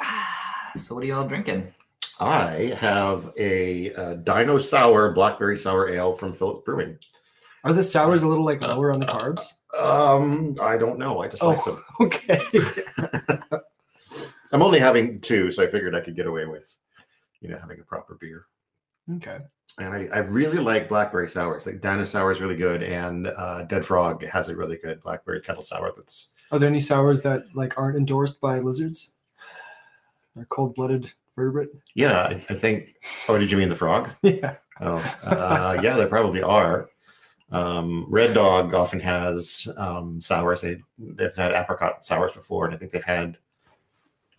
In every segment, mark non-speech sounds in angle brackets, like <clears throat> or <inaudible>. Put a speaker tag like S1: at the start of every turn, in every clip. S1: <sighs> So what are y'all drinking?
S2: I have a uh, Dino Sour Blackberry Sour Ale from Philip Brewing.
S3: Are the sours a little like lower on the carbs?
S2: Um, I don't know. I just like
S3: Oh.
S2: them.
S3: Okay.
S2: I'm only having two, so I figured I could get away with, you know, having a proper beer.
S3: okay.
S2: And I, I really like blackberry sours. Like Dino Sour is really good, and uh, Dead Frog has a really good blackberry kettle sour. That's
S3: Are there any sours that like aren't endorsed by lizards? Or cold-blooded vertebrate? <laughs>
S2: yeah, I, I think. Oh, did you mean the frog?
S3: Yeah.
S2: Oh, uh, yeah, there probably are. Um, Red Dog often has um, sours. They they've had apricot sours before, and I think they've had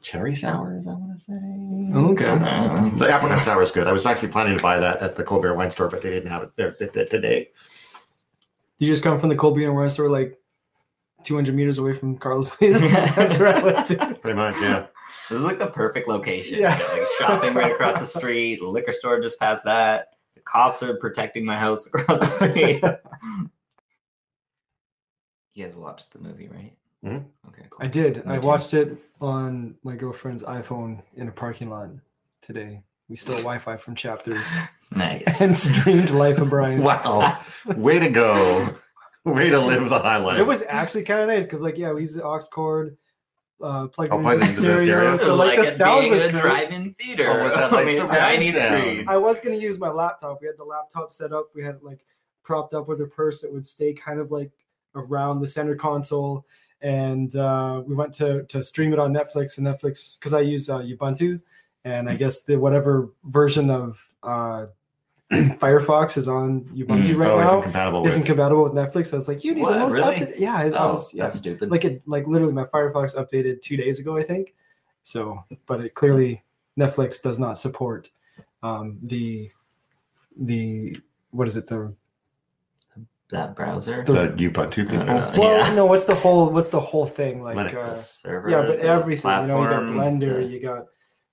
S2: cherry sours. I want to say.
S3: Okay.
S1: Uh,
S2: The apricot sour is good. I was actually planning to buy that at the Colbert Wine Store, but they didn't have it there th- th- today.
S3: You just come from the cold beer and wine store like 200 meters away from Carlos Place. That's where I was doing.
S2: Pretty much, yeah.
S1: This is like the perfect location.
S3: Yeah.
S1: You know, like shopping right across the street, the liquor store just past that. The cops are protecting my house <laughs> across the
S3: <laughs>
S1: street. you guys watched the movie, right?
S2: Mhm.
S1: Okay.
S3: I did.
S1: Me
S3: I
S1: too.
S3: watched it on my girlfriend's iPhone in a parking lot today. We stole Wi-Fi from chapters
S1: Nice.
S3: and streamed Life of Brian.
S2: <laughs> Wow, way to go, way to live the high life.
S3: It was actually kind of nice because, like, yeah, we used the aux cord, uh, plugged
S2: Oh,
S3: it
S2: plugged
S3: into the
S2: into the stereo.
S3: stereo, so like, the
S1: it
S3: sound
S1: being
S3: was
S1: a
S3: great.
S1: drive-in theater.
S2: Oh, was that like
S1: I mean,
S2: some
S1: tiny
S2: sound?
S1: screen.
S3: I was gonna use my laptop. We had the laptop set up. We had it like propped up with a purse that would stay kind of like around the center console. And uh, we went to to stream it on Netflix and Netflix because I use uh, Ubuntu, and I
S1: Mm-hmm.
S3: guess the whatever version of uh, <clears throat> Firefox is on Ubuntu
S1: Mm.
S3: right
S2: oh,
S3: now
S2: isn't compatible
S3: isn't
S2: with.
S3: compatible with Netflix. I was like, you need
S1: What,
S3: the most
S1: really?
S3: up to yeah. I, I
S1: oh,
S3: was, yeah
S1: that's stupid.
S3: like it like literally my firefox updated two days ago i think so but it clearly netflix does not support um the the what is it the
S1: that browser.
S3: The-
S2: the Ubuntu
S1: I don't
S2: people.
S1: know.
S3: well
S1: Uh, yeah.
S3: no what's the whole what's the whole thing like uh,
S2: Linux.
S1: Server,
S3: yeah but
S1: the
S3: everything you know you got
S1: platform,
S3: blender
S1: the-
S3: you got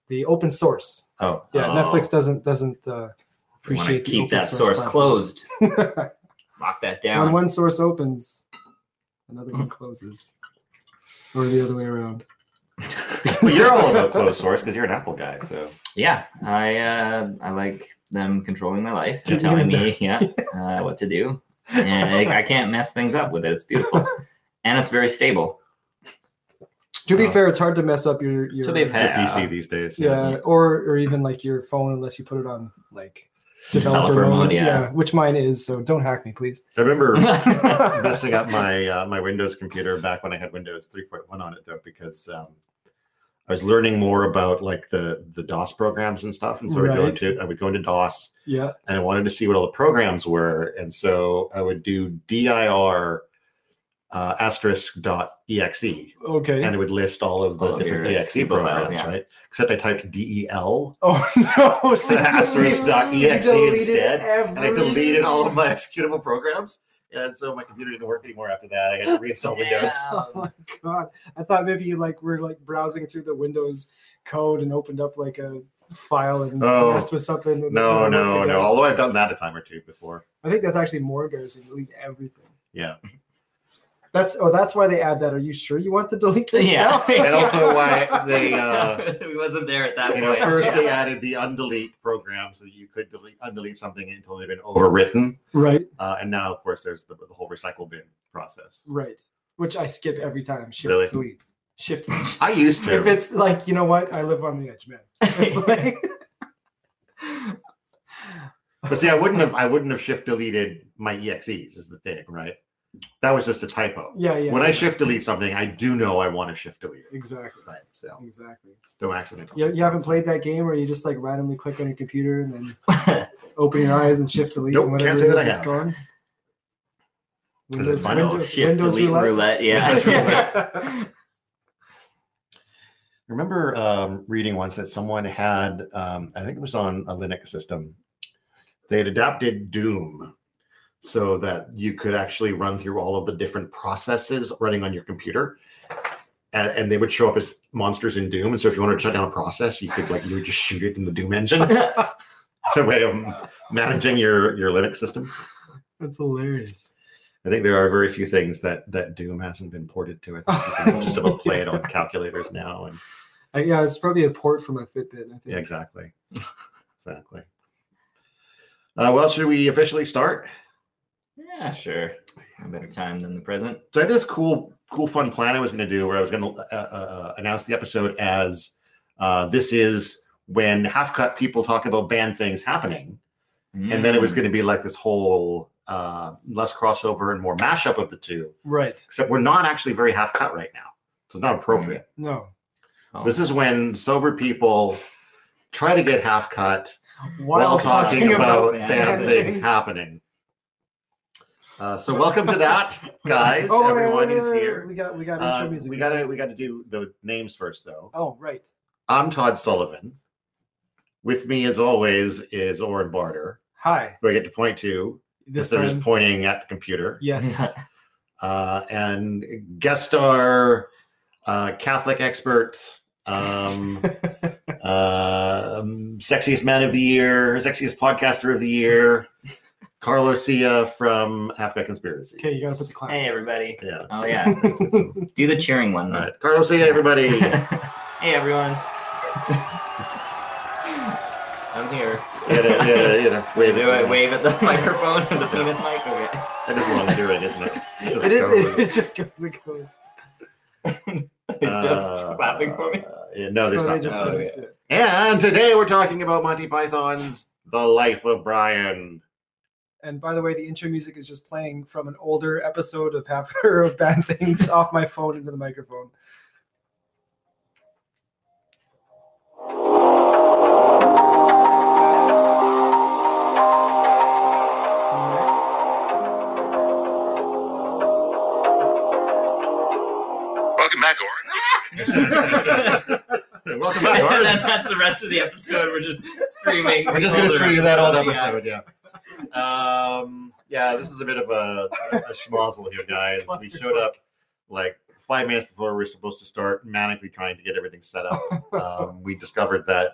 S3: the open source
S2: Oh, <laughs>
S3: yeah
S1: Oh.
S3: netflix doesn't doesn't uh
S1: We wanna
S3: appreciate the
S1: keep
S3: open
S1: that source
S3: platform.
S1: closed.
S3: <laughs>
S1: Lock that down.
S3: when one source opens another
S1: <laughs>
S3: one closes or the other way around
S2: well, you're all about closed source because you're an Apple guy, so.
S1: yeah, I uh, I like them controlling my life and
S3: Keeping
S1: telling
S3: it
S1: me yeah uh, what to do, and like, I can't mess things up with it. It's
S3: <laughs>
S1: beautiful, and it's very stable.
S3: To be
S2: Oh.
S3: fair, it's hard to mess up your your
S1: To be fair.
S2: the
S1: Yeah.
S2: PC these days.
S3: yeah,
S1: yeah.
S3: or or even like your phone unless you put it on like developer,
S1: Developer
S3: mode.
S1: mode, yeah.
S3: which mine is. So don't hack me,
S2: <laughs>
S3: please.
S2: I
S3: <laughs>
S2: remember
S1: <laughs> yeah,
S2: messing up my uh, my Windows computer back when I had Windows 3.1 on it though, because um, I was learning more about like the the DOS programs and stuff, and so I'd go
S3: Right.
S2: into I would go into DOS
S3: Yeah,
S2: and I wanted to see what all the programs were, and so I would do dir uh, asterisk dot exe,
S3: okay.
S2: and it would list all of the
S1: All of
S2: different
S1: your E
S2: exe
S1: SQL files,
S2: programs,
S1: yeah.
S2: right? Except I typed E del
S3: <laughs> oh no, <laughs> so you
S2: Asterisk
S3: deleted-
S2: dot
S3: you
S2: exe
S3: deleted
S2: instead, and I
S3: every-
S2: deleted all of my <laughs> executable programs. And so my computer didn't work anymore after that. I had to reinstall Windows.
S3: <laughs> Oh my god! I thought maybe you like were like browsing through the Windows code and opened up like a file and
S2: Oh.
S3: messed with something. and it
S2: No,
S3: worked
S2: no,
S3: again.
S2: no. Although I've done that a time or two before.
S3: I think that's actually more embarrassing. Delete everything.
S1: <laughs>
S2: Yeah.
S3: That's oh, that's why they add that. Are you sure you want to delete this?
S1: yeah.
S3: now?
S2: <laughs> And also why they, uh,
S1: we wasn't there at <laughs> that
S2: You
S1: point.
S2: know, first
S1: yeah.
S2: they added the undelete program so that you could delete undelete something until they've been overwritten.
S3: <laughs> Right,
S2: Uh, and now, of course, there's the, the whole recycle bin process.
S3: right. Which I skip every time. Shift
S2: Really?
S3: delete.
S2: <laughs>
S3: Shift. delete.
S2: I used
S3: if
S2: to.
S3: it's like you know what, I live on the edge, man.
S2: <laughs>
S3: It's like
S2: But see, I wouldn't have. I wouldn't have shift deleted my exes. Is the thing, right? That was just a typo.
S3: yeah, yeah.
S2: when I
S3: yeah.
S2: shift delete something, I do know I want to shift delete it.
S3: Exactly.
S2: Right. So
S3: Exactly.
S2: no accident.
S3: You, you haven't played that game where you just like randomly click on your computer and then
S2: <laughs>
S3: open your eyes and shift delete
S2: Nope,
S3: and
S2: can't say
S3: whatever it
S2: that
S3: is
S2: I
S3: it's
S2: have.
S3: gone.
S2: it
S3: Windows,
S2: final?
S1: Oh,
S3: Windows,
S1: shift
S3: Windows
S1: delete roulette. <laughs>
S3: roulette. <laughs>
S1: Yeah.
S2: <laughs> I remember um, reading once that someone had, um, I think it was on a Linux system, they had adapted Doom so that you could actually run through all of the different processes running on your computer. And, and they would show up as monsters in Doom. And so if you wanted to shut down a process, you could like you would just shoot it in the Doom engine. It's a way of managing your your Linux system.
S3: That's hilarious.
S2: I think there are very few things that that Doom hasn't been ported to. I think you can just about play it on calculators now and
S3: Uh, yeah, it's probably a port for my Fitbit. I think.
S2: Yeah, exactly. exactly. Uh, well, should we officially start?
S1: Yeah, sure. A better time than the present.
S2: So I had this cool, cool, fun plan I was going to do where I was going to uh, uh, announce the episode as uh, this is when half cut people talk about band things happening. And then it
S1: Mm,
S2: was going to be like this whole uh, less crossover and more mashup of the two,
S3: Right.
S2: except we're not actually very half cut right now. So it's not appropriate.
S3: No.
S1: Oh.
S2: This is when sober people try to get half cut while
S1: While
S2: talking
S1: talking
S2: about
S1: about
S2: bad
S1: bad
S2: things
S3: things.
S2: happening. Uh, so welcome to
S3: <laughs>
S2: that, guys.
S3: Oh, wait, wait,
S2: Everyone
S3: wait,
S2: is
S3: wait, wait.
S2: here.
S3: We got we got intro
S2: Uh,
S3: music.
S2: we gotta we gotta do the names first, though.
S3: Oh right.
S2: I'm Todd Sullivan. With me, as always, is Oren Barter,
S3: Hi.
S2: who I get to point to.
S3: This
S2: instead of
S3: time.
S2: just pointing at the computer. <laughs>
S3: <laughs> Yes.
S2: Uh, and guest star, uh, Catholic expert,
S3: <laughs>
S2: um, um, sexiest man of the year, sexiest podcaster of the year, Carlos Sia from Half Guy Conspiracy.
S3: okay, you gotta put the clap.
S1: Hey, everybody.
S2: Yeah.
S1: Oh, yeah. Do the cheering one.
S2: <laughs> All
S1: Right.
S2: right. Carlos
S1: <laughs>
S2: Sia, everybody.
S1: hey,
S2: <laughs>
S1: everyone. I'm here.
S2: You gotta- you gotta- you gotta
S1: Wait,
S2: wave
S1: do I
S2: it.
S1: wave at the microphone and the penis mic? Okay. <laughs>
S2: That is long doing, isn't it? just
S3: it is.
S2: goes.
S3: It, it just goes and goes.
S1: He's still clapping for
S2: <laughs>
S1: me.
S2: Uh, yeah, no, there's
S3: So they
S2: not.
S3: just
S1: Oh,
S3: finished it.
S2: And today we're talking about Monty Python's The Life of Brian.
S3: And by the way, the intro music is just playing from an older episode of Half Hour
S2: <laughs>
S3: of Bad Things off my phone into the microphone. Can you hear it?
S4: Welcome back, Oren.
S2: Welcome back,
S1: and then
S2: Oren.
S1: that's the rest of the episode. We're just streaming.
S2: <laughs> We're just going to show you that old
S1: Yeah.
S2: episode, yeah. Um, yeah, this is a bit of a, a schmozzle here, guys. We showed up like five minutes before we were supposed to start, manically trying to get everything set up. Um, we discovered that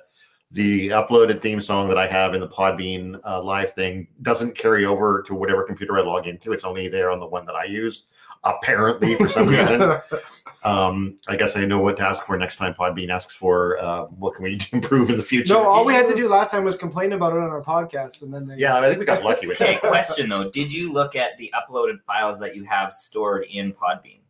S2: the uploaded theme song that I have in the Podbean uh, live thing doesn't carry over to whatever computer I log into. It's only there on the one that I use, apparently, for
S3: <laughs>
S2: some reason. Um, I guess I know what to ask for next time Podbean asks for uh, what can we <laughs> improve in the future.
S3: No, all we had to do last time was complain about it on our podcast, and then they,
S2: yeah, I think we got lucky with
S1: Okay,
S2: that.
S1: question though. Did you look at the uploaded files that you have stored in Podbean?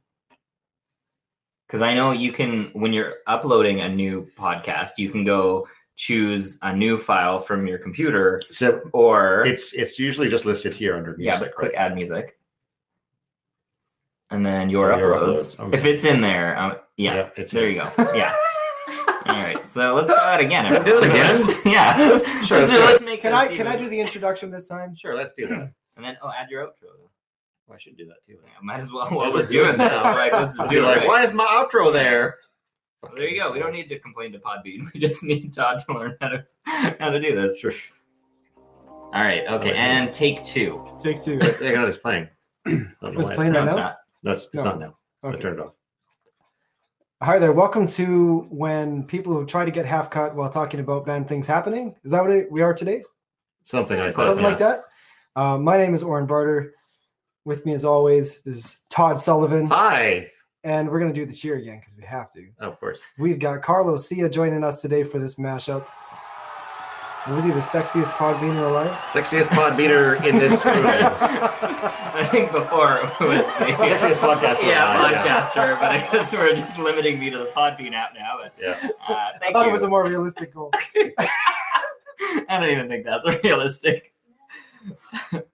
S1: Because I know you can, when you're uploading a new podcast, you can go choose a new file from your computer
S2: So
S1: or,
S2: it's it's usually just listed here under music.
S1: yeah, but click
S2: right?
S1: add music. And then your
S2: Oh, your
S1: uploads.
S2: uploads, okay.
S1: If it's in there, um, yeah,
S2: Yep, it's
S1: there
S2: here.
S1: you go. Yeah. All right, so let's try it again.
S2: Wanna do it
S1: everyone.
S2: again?
S1: Let's- <laughs> yeah. Let's,
S2: <laughs> Sure,
S1: let's,
S2: let's do it.
S1: let's make
S3: Can
S1: this
S3: I can I
S1: even-
S3: do the introduction this time?
S2: Sure, let's do that.
S1: And then, oh, add your outro.
S3: Hmm.
S2: I should do that too.
S1: Yeah, might as well while
S2: Yeah,
S1: we're
S2: let's do it
S1: doing this.
S2: now.
S1: Like,
S2: <laughs>
S1: let's just
S2: I'd
S1: do
S2: be
S1: it.
S2: like,
S1: right?
S2: why is my outro there?
S1: There you go. We don't need to complain to Podbean. <laughs> We just need Todd to learn how to how to do this.
S2: Sure.
S1: All right. Okay.
S2: Okay.
S1: And take two.
S3: Take two.
S2: Hang on, it's
S3: <clears throat>
S2: playing. I don't know
S3: It's
S2: why
S3: playing
S1: No,
S3: right
S1: it's
S3: now.
S1: not. <laughs>
S2: No, it's, it's
S3: No.
S2: not now. I
S3: Okay.
S2: turned it off.
S3: Hi there. Welcome to when people who try to get half cut while talking about bad things happening. Is that what it, we are today?
S2: Something like that.
S3: Something like
S2: yes.
S3: that. Uh, my name is Oren Barter. With me, as always, is Todd Sullivan,
S2: Hi.
S3: and we're gonna do the cheer again because we have to.
S2: Of course.
S3: We've got Carlos Sia joining us today for this mashup. Was he the sexiest Podbeaner alive?
S2: Sexiest pod beater in
S1: <laughs>
S2: this
S3: <laughs>
S2: room.
S1: I think before it was the
S2: <laughs> Sexiest podcaster. alive, yeah.
S1: yeah podcaster, but I guess we're just limiting me to the Podbean app now. But
S2: Yeah.
S1: uh, thank
S3: <laughs> I thought
S1: you.
S3: it was a more realistic
S2: <laughs>
S3: goal.
S1: <laughs> I don't even think that's <laughs> realistic.
S3: Ugh.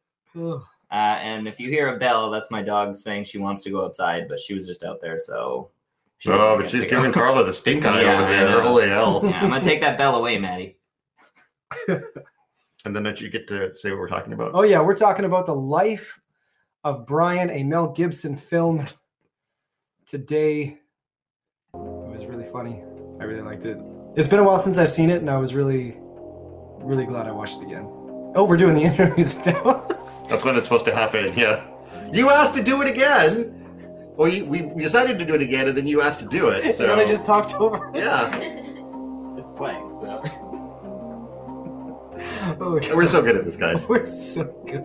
S1: Uh, and if you hear a bell, that's my dog saying she wants to go outside, but she was just out there, so. she doesn't
S2: Oh, but
S1: get
S2: she's
S1: to go.
S2: giving Carla the stink eye
S1: Yeah,
S2: over
S1: I
S2: there.
S1: know.
S2: Holy <laughs> hell.
S1: Yeah, I'm gonna take that bell away, Maddie.
S2: And then that you get to say what we're talking about.
S3: Oh yeah, we're talking about the life of Brian, a Mel Gibson film. Today, it was really funny. I really liked it. It's been a while since I've seen it, and I was really, really glad I watched it again. Oh, we're doing the <laughs> interviews now. <laughs>
S2: That's when it's supposed to happen. Yeah. You asked to do it again. Well, you, we decided to do it again, and then you asked to do it. So
S3: <laughs> and then I just talked over. it.
S2: yeah,
S1: It's playing, so.
S3: Oh, yeah.
S2: we're
S3: <laughs>
S2: so good at this, guys.
S3: We're so good.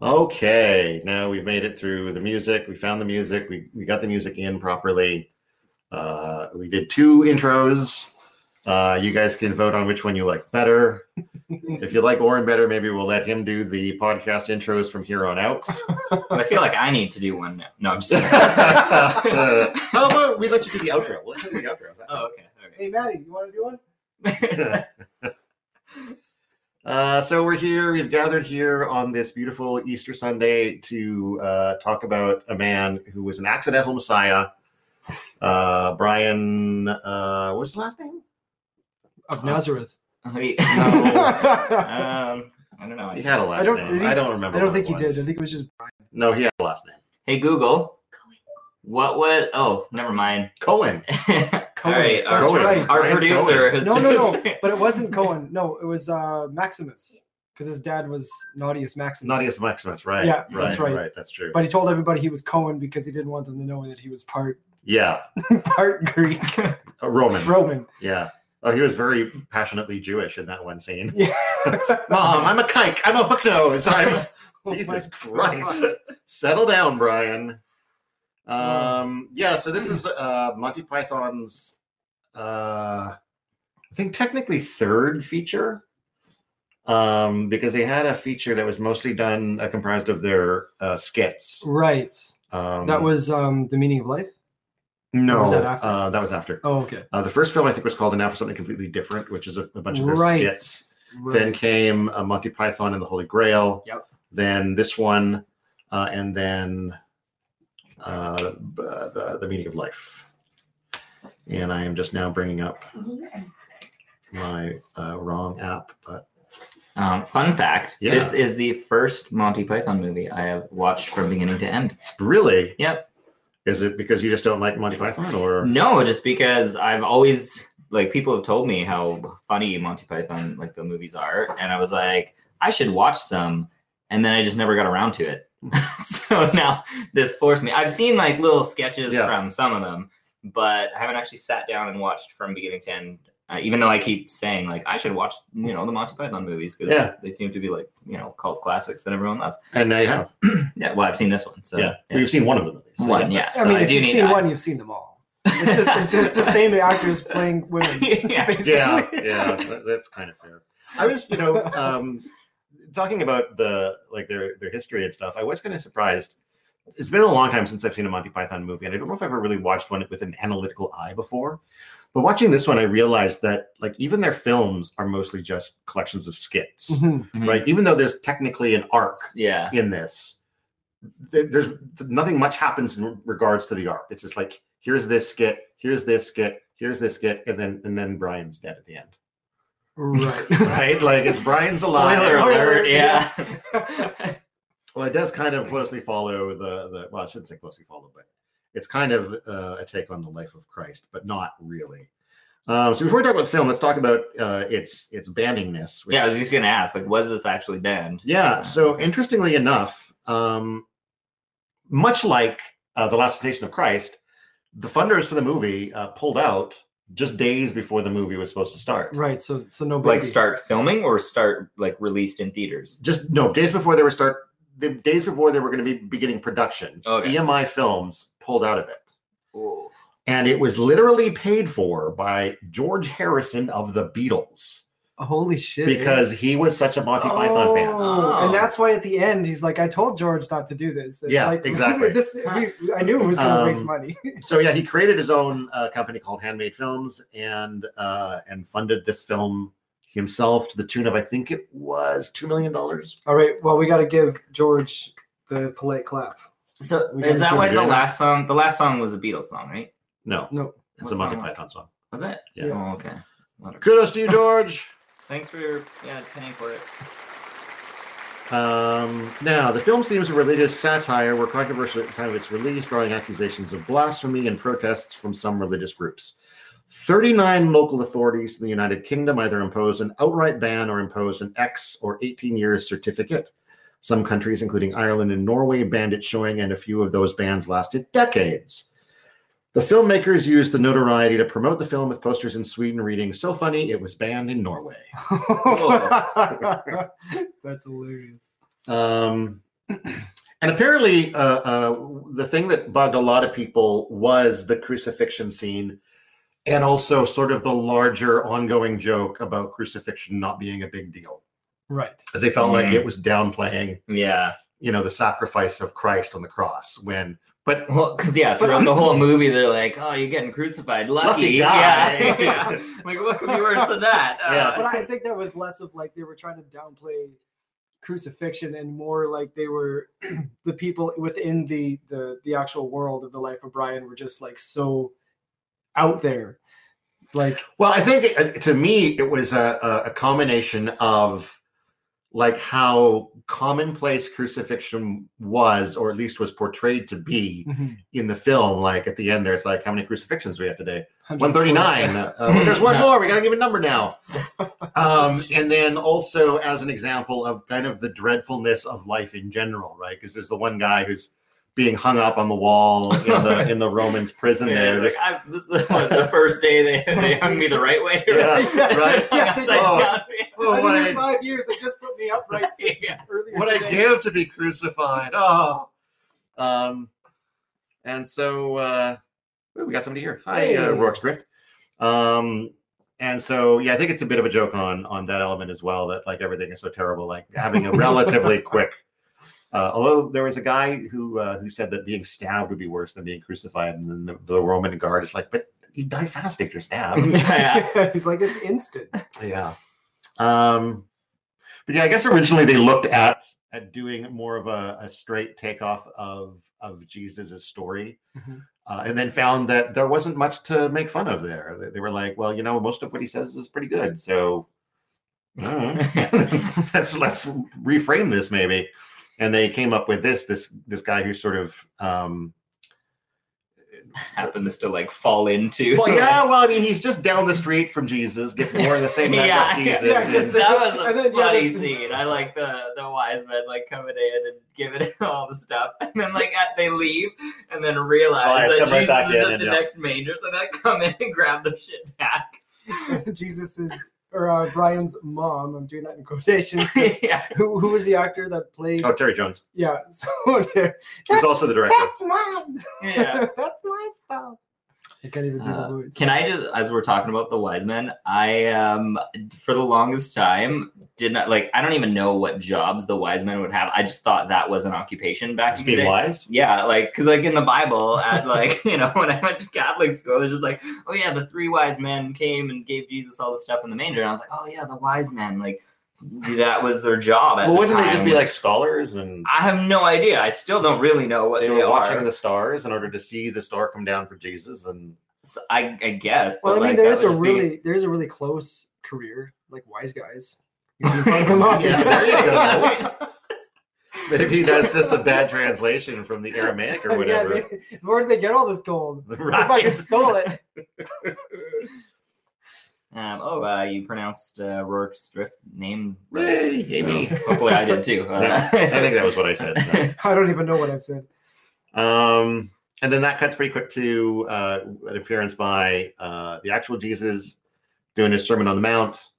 S3: Oh.
S2: Okay, now we've made it through the music. We found the music. We, we got the music in properly. Uh, we did two intros. Uh, you guys can vote on which one you like better.
S3: <laughs>
S2: if you like Oren better, maybe we'll let him do the podcast intros from here on
S3: <laughs>
S2: out.
S1: But I feel like I need to do one now. No, I'm
S2: <laughs>
S1: just kidding.
S2: How about we let you do the outro? We'll let you do the outro.
S1: oh, okay. okay.
S3: Hey, Maddie, you want to do one?
S1: <laughs>
S2: <laughs> Uh, so we're here. We've gathered here on this beautiful Easter Sunday to uh, talk about a man who was an accidental messiah. Uh, Brian, uh, what's his last name?
S3: Of Nazareth.
S1: Wait. <laughs>
S2: Oh.
S1: um, I don't know.
S2: He had a last
S3: I don't-
S2: name.
S3: did he-
S2: I don't remember.
S3: <laughs> I don't
S2: what it
S3: think he did.
S2: was.
S3: I think it was just Brian.
S2: No, he had a last name.
S1: Hey Google, what was? Oh, never mind.
S2: Cohen.
S3: <laughs>
S1: All right, our,
S3: That's
S2: Cohen.
S3: right.
S1: our
S2: Brian's
S1: producer
S2: Cohen.
S1: has
S3: No, no, no. But it wasn't Cohen. No, it was uh, Maximus because his dad was Naughtius Maximus.
S2: Nautius Maximus, right?
S3: Yeah,
S2: right,
S3: that's right.
S2: That's true.
S3: But he told everybody he was Cohen because he didn't want them to know that he was part <laughs>
S2: yeah,
S3: part Greek
S2: a Roman.
S3: Roman.
S2: yeah. Oh, he was very passionately Jewish in that one
S3: <laughs>
S2: scene.
S3: Yeah.
S2: Mom, I'm a kike. I'm a hook nose. I'm
S3: Oh my
S2: Jesus
S3: God.
S2: Christ. Settle down, Brian.
S3: Oh.
S2: Um, yeah, so this is uh, Monty Python's, uh, I think technically third feature, um, because they had a feature that was mostly done uh, comprised of their uh, skits.
S3: Right.
S2: Um,
S3: That was um, the meaning of life.
S2: no,
S3: was that after?
S2: Uh, that was after.
S3: Oh, okay.
S2: Uh, the first film I think was called "Now for Something Completely Different," which is a, a bunch of their
S3: Right.
S2: skits.
S3: Right.
S2: Then came uh, Monty Python and the Holy Grail.
S3: Yep.
S2: Then this one, uh, and then uh, b- uh, the, the meaning of life. And I am just now bringing up my uh, wrong app, but
S1: <laughs> Um, fun fact:
S2: Yeah.
S1: This is the first Monty Python movie I have watched from beginning to end.
S2: really,
S1: Yep.
S2: is it because you just don't like Monty Python, or
S1: No, just because I've always like people have told me how funny Monty Python like the movies are, and I was like, I should watch some, and then I just never got around to it. <laughs>
S2: Hmm.
S1: so now this forced me. I've seen like little sketches
S2: Yeah.
S1: from some of them, but I haven't actually sat down and watched from beginning to end. Uh, even though I keep saying like I should watch, you know, the Monty Python movies because
S2: Yeah.
S1: they seem to be like you know cult classics that everyone loves.
S2: and now you have,
S1: Yeah, well, I've seen this one. So
S2: yeah,
S1: <laughs>
S2: Well, you've seen one of them. at least. So,
S1: One,
S2: that's-
S1: yeah.
S3: I
S1: So
S3: mean,
S1: I
S3: if
S1: do
S3: you've
S1: need-
S3: seen
S1: I-
S3: one, you've seen them all. It's just it's just the same actors playing women.
S2: <laughs>
S1: yeah.
S3: basically.
S2: yeah, yeah, that- that's kind of fair. I was, you know, um, talking about the like their their history and stuff. I was kind of surprised. It's been a long time since I've seen a Monty Python movie, and I don't know if I've ever really watched one with an analytical eye before. But watching this one, I realized that like even their films are mostly just collections of skits,
S3: <laughs> Mhm.
S1: Mhm.
S2: right? Even though there's technically an arc
S1: Yeah.
S2: in this, th- there's nothing much happens in regards to the arc. It's just like here's this skit, here's this skit, here's this skit, and then and then Brian's dead at the end <laughs>
S3: Right.
S2: right? Like it's Brian's alive.
S1: Spoiler alert. Yeah. <laughs>
S2: Well, it does kind of closely follow the the. Well, I shouldn't say closely follow, but it's kind of uh, a take on the life of Christ, but not really. Um, so before we talk about the film, let's talk about uh, its its banningness. which-
S1: yeah. I was just gonna ask, like, was this actually banned?
S2: yeah. So interestingly enough, um, much like uh, the Last Temptation of Christ, the funders for the movie uh, pulled out just days before the movie was supposed to start.
S3: Right. So so no baby.
S1: Like, start filming or start like released in theaters?
S2: just no days before they were start the days before they were going to be beginning production
S1: Okay.
S2: emi films pulled out of it
S1: Oh.
S2: and it was literally paid for by george harrison of the beatles
S3: Holy shit. eh?
S2: because he was such a monty python fan
S1: Oh.
S3: And that's why at the end he's like, I told George not to do this. It's
S2: Yeah,
S3: like, <laughs>
S2: exactly.
S3: This we, I knew it was gonna waste
S2: Um,
S3: money. <laughs>
S2: so yeah he created his own uh, company called handmade films and uh, and funded this film himself to the tune of i think it was two million dollars
S3: All right, well we gotta give George the polite clap.
S1: So
S3: We
S1: is
S3: gotta
S1: that why
S2: do
S1: the
S2: that.
S1: last song? The last song was a Beatles song, right?
S2: no
S3: No.
S2: it's
S1: What
S2: a monty
S1: song was it?
S2: python song
S1: Was it?
S2: Yeah.
S1: Oh, okay. Whatever.
S2: kudos to you george
S1: Thanks for your yeah paying for it.
S2: Um, now, the film's themes of religious satire were controversial at the time of its release, drawing accusations of blasphemy and protests from some religious groups. 39 local authorities in the United Kingdom either imposed an outright ban or imposed an X or 18 years certificate. Some countries, including Ireland and Norway, banned its showing, and a few of those bans lasted decades. The filmmakers used the notoriety to promote the film with posters in Sweden reading, So funny, it was banned in
S3: <laughs>
S2: Norway.
S3: That's hilarious.
S2: Um, And apparently, uh, uh, the thing that bugged a lot of people was the crucifixion scene, and also sort of the larger ongoing joke about crucifixion not being a big deal,
S3: Right.
S2: because they felt like
S1: Mhm.
S2: it was downplaying,
S1: Yeah.
S2: you know, the sacrifice of Christ on the cross. When, but
S1: Well, because yeah,
S2: But-
S1: throughout the whole <laughs> movie, they're like, "Oh, you're getting crucified, lucky."
S2: Lucky guy.
S1: Yeah. <laughs> yeah. Like, what could be worse than that? Uh,
S2: Yeah.
S3: But I think that was less of like they were trying to downplay crucifixion and more like they were <clears throat> the people within the the the actual world of the life of Brian were just like so out there. Like
S2: well, I think uh, to me it was a, a, a combination of like how commonplace crucifixion was, or at least was portrayed to be in the film. Like at the end, there's like how many crucifixions do we have today. 139. Uh, well, there's one more. We got to give a number now. Um, and then also as an example of kind of the dreadfulness of life in general, right? Because there's the one guy who's being hung up on the wall in the in the Romans prison
S1: Yeah,
S2: there.
S1: like,
S2: Just-
S1: I, this is <laughs> what, the first day they, they hung me the right way. <laughs>
S2: Yeah,
S1: Hung
S2: right.
S3: <laughs> Yeah.
S1: upside
S2: Oh.
S1: down.
S2: oh, what I,
S3: five years, they just put me up
S2: <laughs>
S3: right
S1: Yeah.
S3: earlier.
S2: what I <laughs>
S3: today.
S2: give to be crucified. Oh. Um, and so uh, ooh, we got somebody here. Hi, uh,
S3: Hey.
S2: Rourke's Drift. Um, and so yeah, I think it's a bit of a joke on on that element as well. That like everything is so terrible. Like having a relatively quick. Uh, although there was a guy who uh, who said that being stabbed would be worse than being crucified, and then the, the Roman guard is like, "But you die fast if you're stabbed." <laughs>
S1: yeah.
S3: He's like it's instant.
S2: Yeah. Um, but yeah, I guess originally they looked at at doing more of a, a straight takeoff of of Jesus's story,
S3: Mhm.
S2: uh, and then found that there wasn't much to make fun of there. They, they were like, well, you know, most of what he says is pretty good, so <laughs> I don't know. let's let's reframe this maybe. And they came up with this this this guy who sort of
S3: <laughs>
S2: um,
S1: Happens to like fall into.
S2: well, yeah, well, I mean, he's just down the street from Jesus, gets more of the same
S1: <laughs> <laughs>
S2: kind
S1: Yeah,
S2: of Jesus.
S3: <laughs> yeah,
S2: and-
S3: just-
S1: that was a
S3: And then, yeah,
S1: funny
S3: that's-
S1: scene. I like the the wise men like coming in and giving him all the stuff, and then like at, they leave, and then realize that
S2: Realize, come right
S1: Jesus
S2: back
S1: is
S2: in
S1: at
S2: and
S1: the
S2: yeah.
S1: next manger, so they come in and grab the shit
S2: <laughs>
S1: back.
S3: Jesus is or uh, Brian's mom. I'm doing that in
S1: <laughs>
S3: quotations. 'cause
S1: yeah,
S3: who who was the actor that played?
S2: Oh, Terry Jones.
S3: Yeah. So <laughs> there.
S2: He's also the director.
S3: That's mine.
S1: yeah.
S3: <laughs> That's my stuff. I can't even do
S1: Uh,
S3: the words.
S1: Can I just, as we're talking about the wise men, I um for the longest time did not like. I don't even know what jobs the wise men would have. I just thought that was an occupation back
S2: To
S1: in the
S2: be
S1: day.
S2: wise.
S1: Yeah, like because like in the Bible, at like <laughs> you know when I went to Catholic school, it was just like, oh yeah, the three wise men came and gave Jesus all the stuff in the manger, and I was like, oh yeah, the wise men, like that was their job. At
S2: Well,
S1: the
S2: wouldn't they just
S1: time,
S2: be
S1: was-
S2: like scholars and
S1: I have no idea. I still don't really know what
S2: they
S1: they,
S2: were watching
S1: are.
S2: the stars in order to see the star come down for Jesus? And
S1: So I, I guess.
S3: Well, I
S1: but,
S3: mean,
S1: like,
S3: there
S1: that
S3: is
S1: would
S3: a
S1: just be- <laughs>
S3: really there is a really close career, like wise guys. You can
S2: <laughs>
S3: fuck them up.
S2: Yeah, there
S3: <laughs>
S2: you maybe that's just a bad translation from the Aramaic or
S3: <laughs> Yeah,
S2: whatever. <laughs>
S3: they- where did they get all this gold? They fucking
S2: right.
S3: stole it.
S1: Um, oh, uh, you pronounced uh, Rourke's drift name.
S2: Yay,
S1: So,
S2: Amy.
S1: hopefully, I did
S2: <laughs>
S1: too. <laughs> uh,
S2: Yeah, I think that was what I said. so.
S3: I don't even know what I've said.
S2: Um, and then that cuts pretty quick to uh, an appearance by uh, the actual Jesus doing his Sermon on the Mount.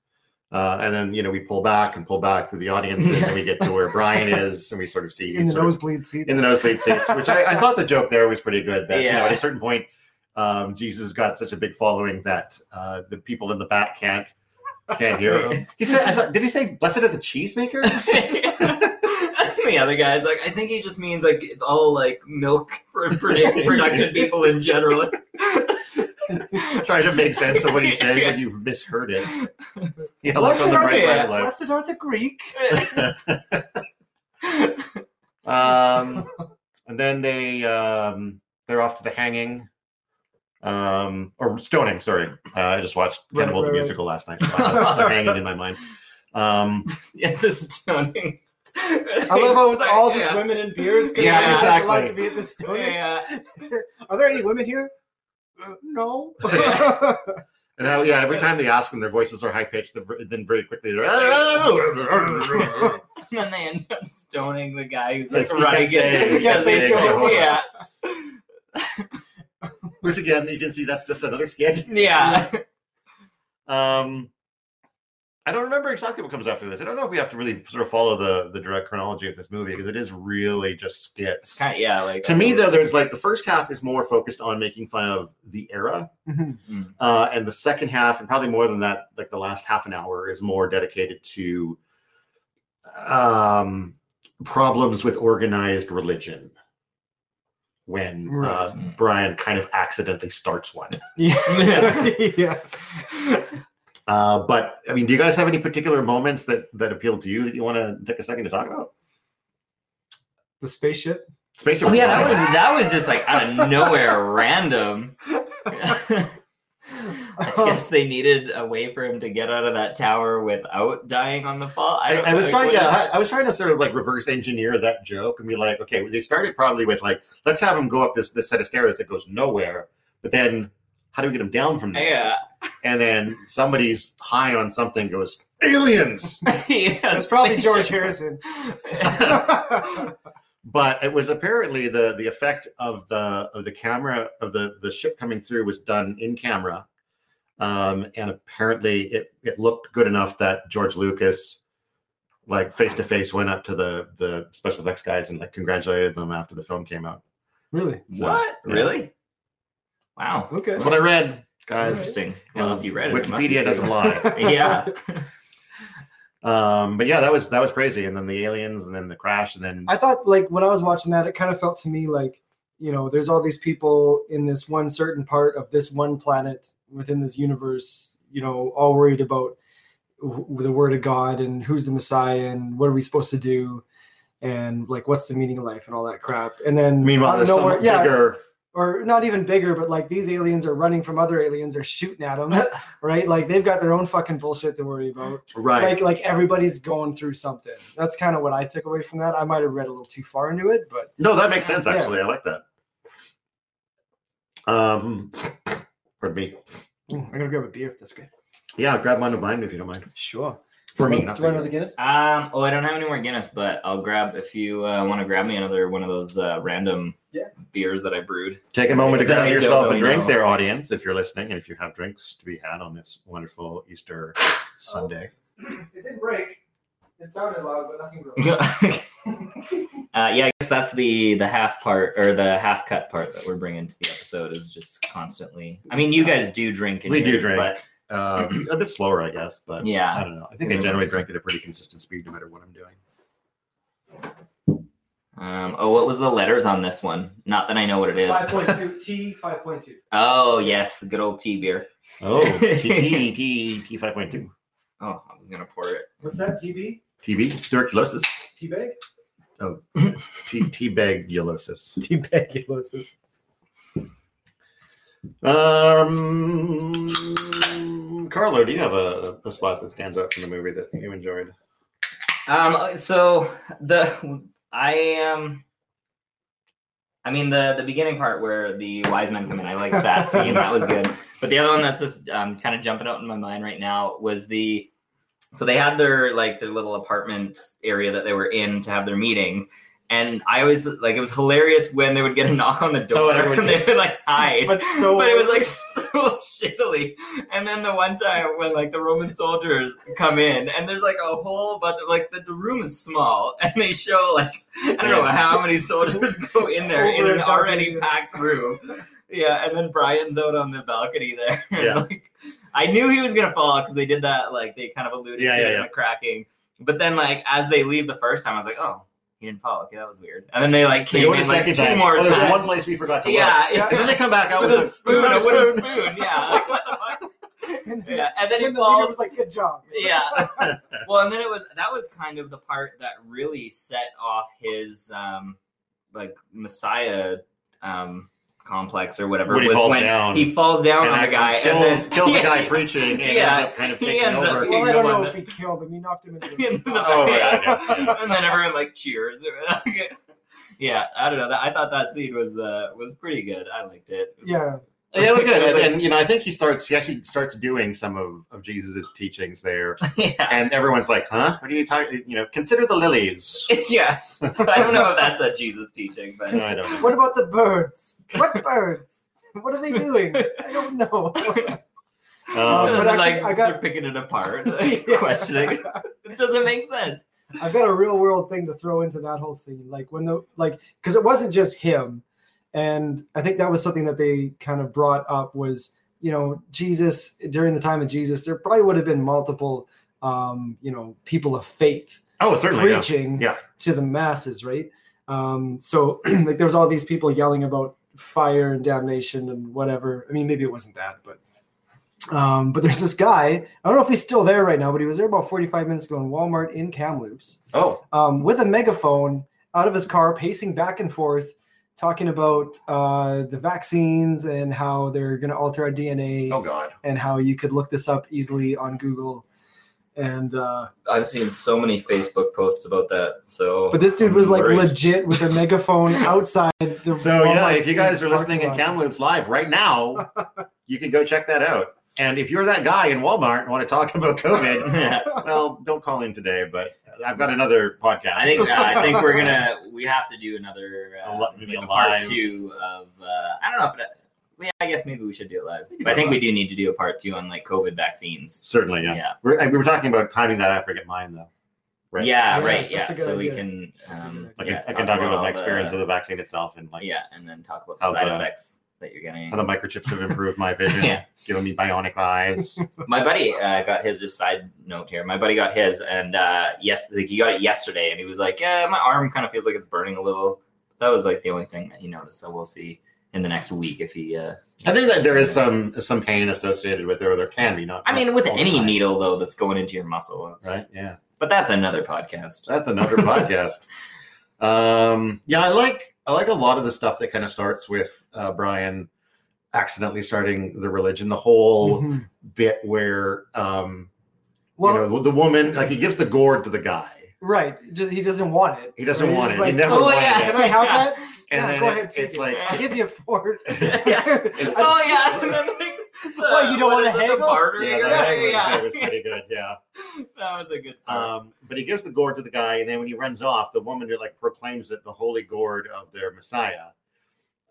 S2: Uh, and then, you know, we pull back and pull back to the audience and then we get to where Brian is and we sort of see
S3: In the
S2: sort of-
S3: nosebleed seats.
S2: in the nosebleed seats, which I, I thought the joke there was pretty good. That you know,
S1: Yeah.
S2: at a certain point, um, Jesus got such a big following that uh, the people in the back can't can't hear
S3: <laughs>
S2: him. He said, I thought, "Did he say blessed are the cheesemakers?" <laughs>
S1: the other guy's like, I think he just means like all like milk <laughs> for
S2: <laughs>
S1: produ- production people in general. <laughs>
S2: Try to make sense of what he's saying when you've misheard it. Yeah, look
S3: Blessed
S2: on the
S3: are
S2: bright
S1: the-
S2: side of life.
S3: Blessed are the Greek.
S2: Um, and then they um, they're off to the hanging. Um, or stoning, sorry. Uh, I just watched
S3: Right,
S2: Cannibal the
S3: right, right.
S2: Musical last night. <laughs> so I have the hanging in my mind. Um,
S1: yeah, the stoning.
S3: <laughs> I love how it's all just women in beards. 'cause
S2: Yeah,
S3: they're not
S2: exactly.
S3: allowed to be at this story.
S1: Yeah.
S3: Are there any women here? Uh, <laughs> no.
S1: Yeah. <laughs>
S2: And now, yeah, every time they ask them, their voices are high pitched. Then very quickly, they're
S1: And then they end up stoning the guy who's like
S2: Yes, he kept
S1: running
S2: saying-
S1: in
S3: he
S1: because
S3: kept
S1: they
S3: saying
S1: told
S2: Jehovah.
S1: yeah.
S2: <laughs>
S1: <laughs>
S2: which again, you can see that's just another sketch.
S1: Yeah.
S2: Um, I don't remember exactly what comes after this. I don't know if we have to really sort of follow the the direct chronology of this movie because it is really just
S1: It's
S2: skits.
S1: kind of, yeah, like uh,
S2: To me, though, there's like the first half is more focused on making fun of the era,
S3: Mhm.
S1: Mm.
S2: uh, and the second half, and probably more than that, like the last half an hour is more dedicated to um, problems with organized religion. When uh,
S1: Right.
S2: Brian kind of accidentally starts one.
S3: Yeah. yeah.
S2: Uh, but I mean, do you guys have any particular moments that that appeal to you that you want to take a second to talk about?
S3: The spaceship.
S2: Spaceship.
S1: Oh yeah, that
S2: Earth. <laughs>
S1: was that was just like out of nowhere, random. <laughs> I guess they needed a way for him to get out of that tower without dying on the fall.
S2: I,
S1: don't
S2: I was
S1: know,
S2: trying.
S1: what
S2: Yeah,
S1: is-
S2: I, I was trying to sort of like reverse engineer that joke and be like, okay, they started probably with like, let's have him go up this this set of stairs that goes nowhere, but then how do we get him down from there? <laughs>
S1: Yeah, <laughs>
S2: And then somebody's high on something goes aliens,
S1: yeah.
S3: That's probably
S1: spaceship.
S3: George Harrison.
S2: <laughs> but it was apparently the the effect of the of the camera of the the ship coming through was done in camera um and apparently it it looked good enough that george lucas like face to face went up to the the special effects guys and like congratulated them after the film came out
S3: <laughs> really?
S2: So,
S1: what
S2: yeah.
S1: really? Wow,
S3: Okay.
S2: that's what i read guys
S1: interesting. Well, if you read it, it must be true.
S2: um, wikipedia
S1: <laughs>
S2: doesn't lie
S1: Yeah,
S2: um but yeah that was that was crazy and then the aliens and then the crash and then
S3: I thought like when I was watching that, it kind of felt to me like, you know, there's all these people in this one certain part of this one planet within this universe, you know, all worried about wh- the word of God and who's the Messiah and what are we supposed to do and like what's the meaning of life and all that crap. And then
S2: meanwhile
S3: out of
S2: there's some
S3: nowhere- yeah,
S2: bigger
S3: or not even bigger, but like these aliens are running from other aliens, they're shooting at
S2: <laughs>
S3: them, right? Like they've got their own fucking bullshit to worry about
S2: right
S3: like like everybody's going through something. That's kind of what I took away from that. I might have read a little too far into it, but
S2: No, that makes sense.
S3: Yeah.
S2: Actually, I like that. Um, pardon me. Hmm.
S3: Mm, I'm gonna grab a beer if that's good.
S2: Yeah, grab one of mine if you don't mind.
S3: Sure.
S2: For me,
S3: Do you
S2: not
S3: want
S2: for you.
S3: another Guinness?
S1: Um, oh, I don't have any more Guinness, but I'll grab if you uh, want to grab me another one of those uh, random
S3: Yeah.
S1: beers that I brewed.
S2: Take a moment to
S1: Then I
S2: grab
S1: don't
S2: yourself a
S1: really
S2: drink,
S1: know.
S2: there, audience, if you're listening, and if you have drinks to be had on this wonderful Easter Sunday.
S3: It did break. It sounded loud, but nothing
S1: <laughs>
S3: broke.
S2: <laughs>
S1: uh, yeah, I guess that's the the half part or the half cut part that we're bringing to the episode is just constantly. I mean, you guys do drink. In
S2: We do
S1: yours,
S2: drink. Uh,
S1: but <clears throat>
S2: Um, a bit slower, I guess, but I
S1: yeah,
S2: don't know. I think I generally drink at a pretty consistent speed, no matter what I'm doing.
S1: Um, oh, what was the letters on this one? Not that I know what it is.
S3: Five point two T. Five point two.
S1: <laughs> Oh, yes, the good old tea beer.
S2: Oh, T T T five point two
S1: Oh, I was gonna pour it.
S3: What's that? TB?
S2: TB tuberculosis
S3: T bag?
S2: T T-bagulosis.
S3: Tuberculosis.
S2: Um, Carlo, do you have a, a spot that stands out from the movie that you enjoyed?
S1: Um. So the I um. I mean the the beginning part where the wise men come in. I like that scene. That was good. But the other one that's just um, kind of jumping out in my mind right now was the. So they had their like their little apartment area that they were in to have their meetings, and I always like it was hilarious when they would get a knock on the door
S2: and everyone-
S1: and they would like hide
S3: But so
S1: but it was like so <laughs> shittily. And then the one time when like the Roman soldiers come in, and there's like a whole bunch of like the, the room is small, <laughs> and they show like I don't know
S2: Yeah.
S1: how many soldiers <laughs> go in there in
S3: Over a
S1: an
S3: dozen.
S1: already packed room. Yeah, and then Brian's out on the balcony there. <laughs> and,
S2: Yeah.
S1: like, I knew he was gonna fall because they did that. Like they kind of alluded
S2: Yeah,
S1: to
S2: yeah,
S1: it in
S2: yeah.
S1: the cracking. But then like as they leave the first time, I was like, oh. He didn't fall. Okay, that was weird. And then they like
S2: They
S1: came
S2: go to
S1: in like
S2: second
S1: two
S2: time.
S1: more
S2: oh,
S1: times.
S2: there's one place we forgot to look.
S1: yeah, yeah.
S2: And <laughs> then they come back out with,
S1: with a spoon,
S2: we found
S1: a wooden
S2: spoon.
S1: spoon.
S2: <laughs>
S1: Yeah, like, what the fuck?
S3: <laughs> and then,
S1: Yeah, and then he
S3: the leader
S1: falls.
S3: was like, "Good job." <laughs>
S1: Yeah. Well, and then it was that was kind of the part that really set off his um like messiah um complex or whatever
S2: When he
S1: was
S2: falls
S1: when
S2: down.
S1: he falls down
S2: And
S1: on the
S2: actually
S1: guy
S2: kills,
S1: and then
S2: kills the
S1: <laughs>
S2: guy
S1: Yeah.
S2: preaching and
S1: Yeah.
S2: ends up kind of
S1: He
S2: taking
S1: ends up
S2: over.
S1: being-
S3: Well, I don't
S1: the
S3: know
S1: one
S3: if he killed him. He knocked
S2: <laughs>
S3: him into
S1: In the
S3: the.
S2: Oh, yeah, I guess. Yeah.
S1: and then everyone like cheers. <laughs> yeah, I don't know. That- I thought that scene was uh was pretty good. I liked it. <laughs> It was-
S3: Yeah. <laughs>
S2: Yeah, it was
S1: <laughs>
S2: good.
S1: It was
S2: And, and, you know, I think he starts. He actually starts doing some of of Jesus's teachings
S1: <laughs>
S2: there,
S1: yeah,
S2: and everyone's like, "Huh? What are you talking? You know, consider the lilies."
S1: yeah. I don't know if that's a Jesus teaching, but
S2: No,
S1: <laughs>
S2: I don't. know.
S3: What about
S2: <laughs>
S3: the birds? What birds? What are they doing? I don't know.
S2: Um,
S3: but actually,
S1: like
S3: I got-
S1: they're picking it
S3: <laughs>
S1: apart, like, <laughs>
S3: Yeah.
S1: questioning. It doesn't make sense.
S3: I've got a real world thing to throw into that whole scene. Like when the like because it wasn't just him. And I think that was something that they kind of brought up was, you know, Jesus during the time of Jesus, there probably would have been multiple um, you know, people of faith
S2: oh, certainly. Yeah.
S3: preaching
S2: Yeah.
S3: to the masses, right? Um, so <clears throat> like there was all these people yelling about fire and damnation and whatever. I mean, maybe it wasn't that, but um, but there's this guy. I don't know if he's still there right now, but he was there about 45 minutes ago in Walmart in Kamloops
S2: Oh,
S3: um, with a megaphone out of his car, pacing back and forth, talking about uh, the vaccines and how they're going to alter our DNA
S2: oh God.
S3: and how you could look this up easily on Google. And uh,
S1: I've seen so many Facebook posts about that. So,
S3: but this dude was
S1: I'm
S3: like
S1: worried.
S3: legit with a
S2: <laughs>
S3: megaphone outside the.
S2: So yeah,
S3: Walmart
S2: if you guys are
S3: parking
S2: listening in
S3: lot.
S2: Kamloops live right
S3: <laughs>
S2: now, you can go check that out. And if you're that guy in Walmart and want to talk about
S3: <laughs>
S2: COVID, well, don't call in today. But I've got another podcast.
S1: <laughs> I think I think we're gonna we have to do another
S2: A
S1: uh,
S2: lot- maybe
S1: like
S2: a
S1: a part
S2: live.
S1: two of uh, I don't know, but I, yeah, I guess maybe we should do it live.
S2: We can
S1: But I
S2: do it
S1: think we do need to do a part two on like COVID vaccines.
S2: <laughs> certainly. Yeah,
S1: Yeah,
S2: We're, we were talking about timing that. I forget mine though.
S1: yeah,
S2: Right.
S3: Yeah,
S1: right. Yeah,
S3: that's a good
S1: so we
S3: idea.
S1: can.
S3: That's a good
S1: Um,
S3: idea.
S2: I can,
S1: yeah,
S2: I can talk about
S1: all
S2: my
S1: the-
S2: experience of the vaccine itself and like
S1: yeah, and then talk about
S2: How
S1: the side
S2: the-
S1: effects that you're getting.
S2: how the microchips have improved my vision,
S1: Yeah.
S2: giving me
S1: <laughs>
S2: bionic eyes.
S1: my buddy uh, got his. Just side note here. My buddy got his, and uh, yes, like he got it yesterday, and he was like, "Yeah, my arm kind of feels like it's burning a little." That was like the only thing that he noticed. So we'll see in the next week if he. Uh,
S2: I think that there is some some pain associated with it, or there can be. Not.
S1: I mean, with
S2: all the
S1: any
S2: time,
S1: needle though that's going into your muscle, it's-
S2: right? Uh, Yeah.
S1: But that's another podcast.
S2: That's another podcast. Um, yeah, I like I like a lot of the stuff that kind of starts with uh, Brian accidentally starting the religion. The whole
S3: Mhm.
S2: bit where um,
S3: Well,
S2: you know the woman like he gives the gourd to the guy.
S3: right. Just, he doesn't want it.
S2: He doesn't
S3: Right? He's
S2: want
S3: just
S2: it.
S3: like,
S2: he never
S1: oh,
S2: wanted
S1: yeah.
S2: it.
S3: Can I have that?
S2: <laughs> And
S3: yeah,
S2: then
S3: go
S2: it-
S3: ahead. Take
S2: it's
S3: it.
S2: like-
S3: I'll give you
S2: <laughs>
S3: a fork.
S1: Yeah.
S3: <laughs>
S2: It's-
S1: Oh
S2: <laughs>
S1: yeah. and then, like, the-
S3: Well, you don't
S1: what
S3: wanna
S1: is it, the
S3: haggle?
S1: barter?
S2: Yeah,
S1: Yeah,
S2: that
S1: yeah,
S2: angle
S1: yeah.
S2: there was pretty good. Yeah,
S1: That was a good. part.
S2: um, but he gives the gourd to the guy, and then when he runs off, the woman like proclaims it the holy gourd of their Messiah.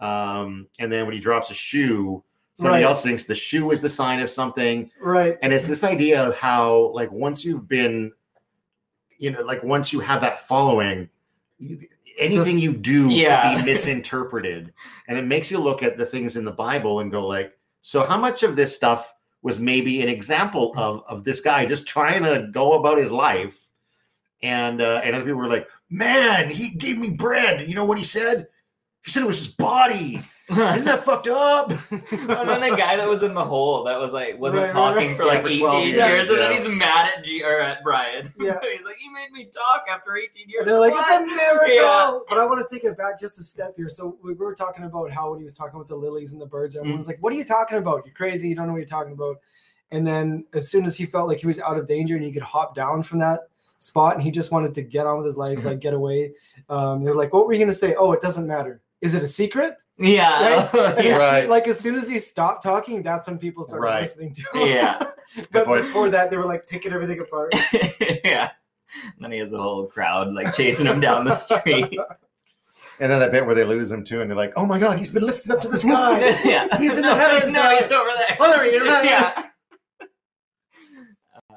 S2: Um, and then when he drops a shoe, somebody
S3: Right.
S2: else thinks the shoe is the sign of something.
S3: right.
S2: and it's this idea of how like once you've been you know like once you have that following you- anything you do
S1: Yeah.
S2: can be misinterpreted and it makes you look at the things in the bible and go like so how much of this stuff was maybe an example of of this guy just trying to go about his life and uh, and other people were like man he gave me bread you know what he said he said it was his body
S1: <laughs>
S2: isn't that fucked up
S1: and then the guy that was in the hole that was like wasn't
S3: Right, right,
S1: talking
S3: right.
S1: for like
S2: Yeah, for
S1: 18
S2: 12
S1: years,
S2: years,
S1: and then
S2: yeah.
S1: he's mad at G or at Brian.
S3: Yeah.
S1: <laughs> he's like, "You made me talk after 18 years."
S3: And they're like,
S1: What?
S3: it's a miracle.
S1: Yeah.
S3: But I want to take it back just a step here. So we were talking about how when he was talking about the lilies and the birds, everyone's like, "What are you talking about? You're crazy. You don't know what you're talking about." And then as soon as he felt like he was out of danger and he could hop down from that spot and he just wanted to get on with his life, like get away, um, they're like, "What were you going to say? Oh, it doesn't matter. Is it a secret?" <laughs>
S1: yeah, <laughs>
S3: And as
S1: yeah.
S3: soon-
S2: Right.
S3: Like as soon as he stopped talking, that's when people started
S2: Right.
S3: listening to him.
S1: yeah,
S3: <laughs>
S1: <laughs>
S3: but
S2: point.
S3: before that, they were like picking everything apart.
S1: yeah. And then he has the whole crowd like chasing him down the street. <laughs>
S2: And then that bit where they lose him too, and they're like, "Oh my God, he's been lifted up to the
S1: <laughs>
S2: sky.
S1: yeah,
S2: He's in the heavens
S1: no,
S2: now.
S1: he's over there.
S2: <laughs> Oh, there he is.
S1: yeah. Uh,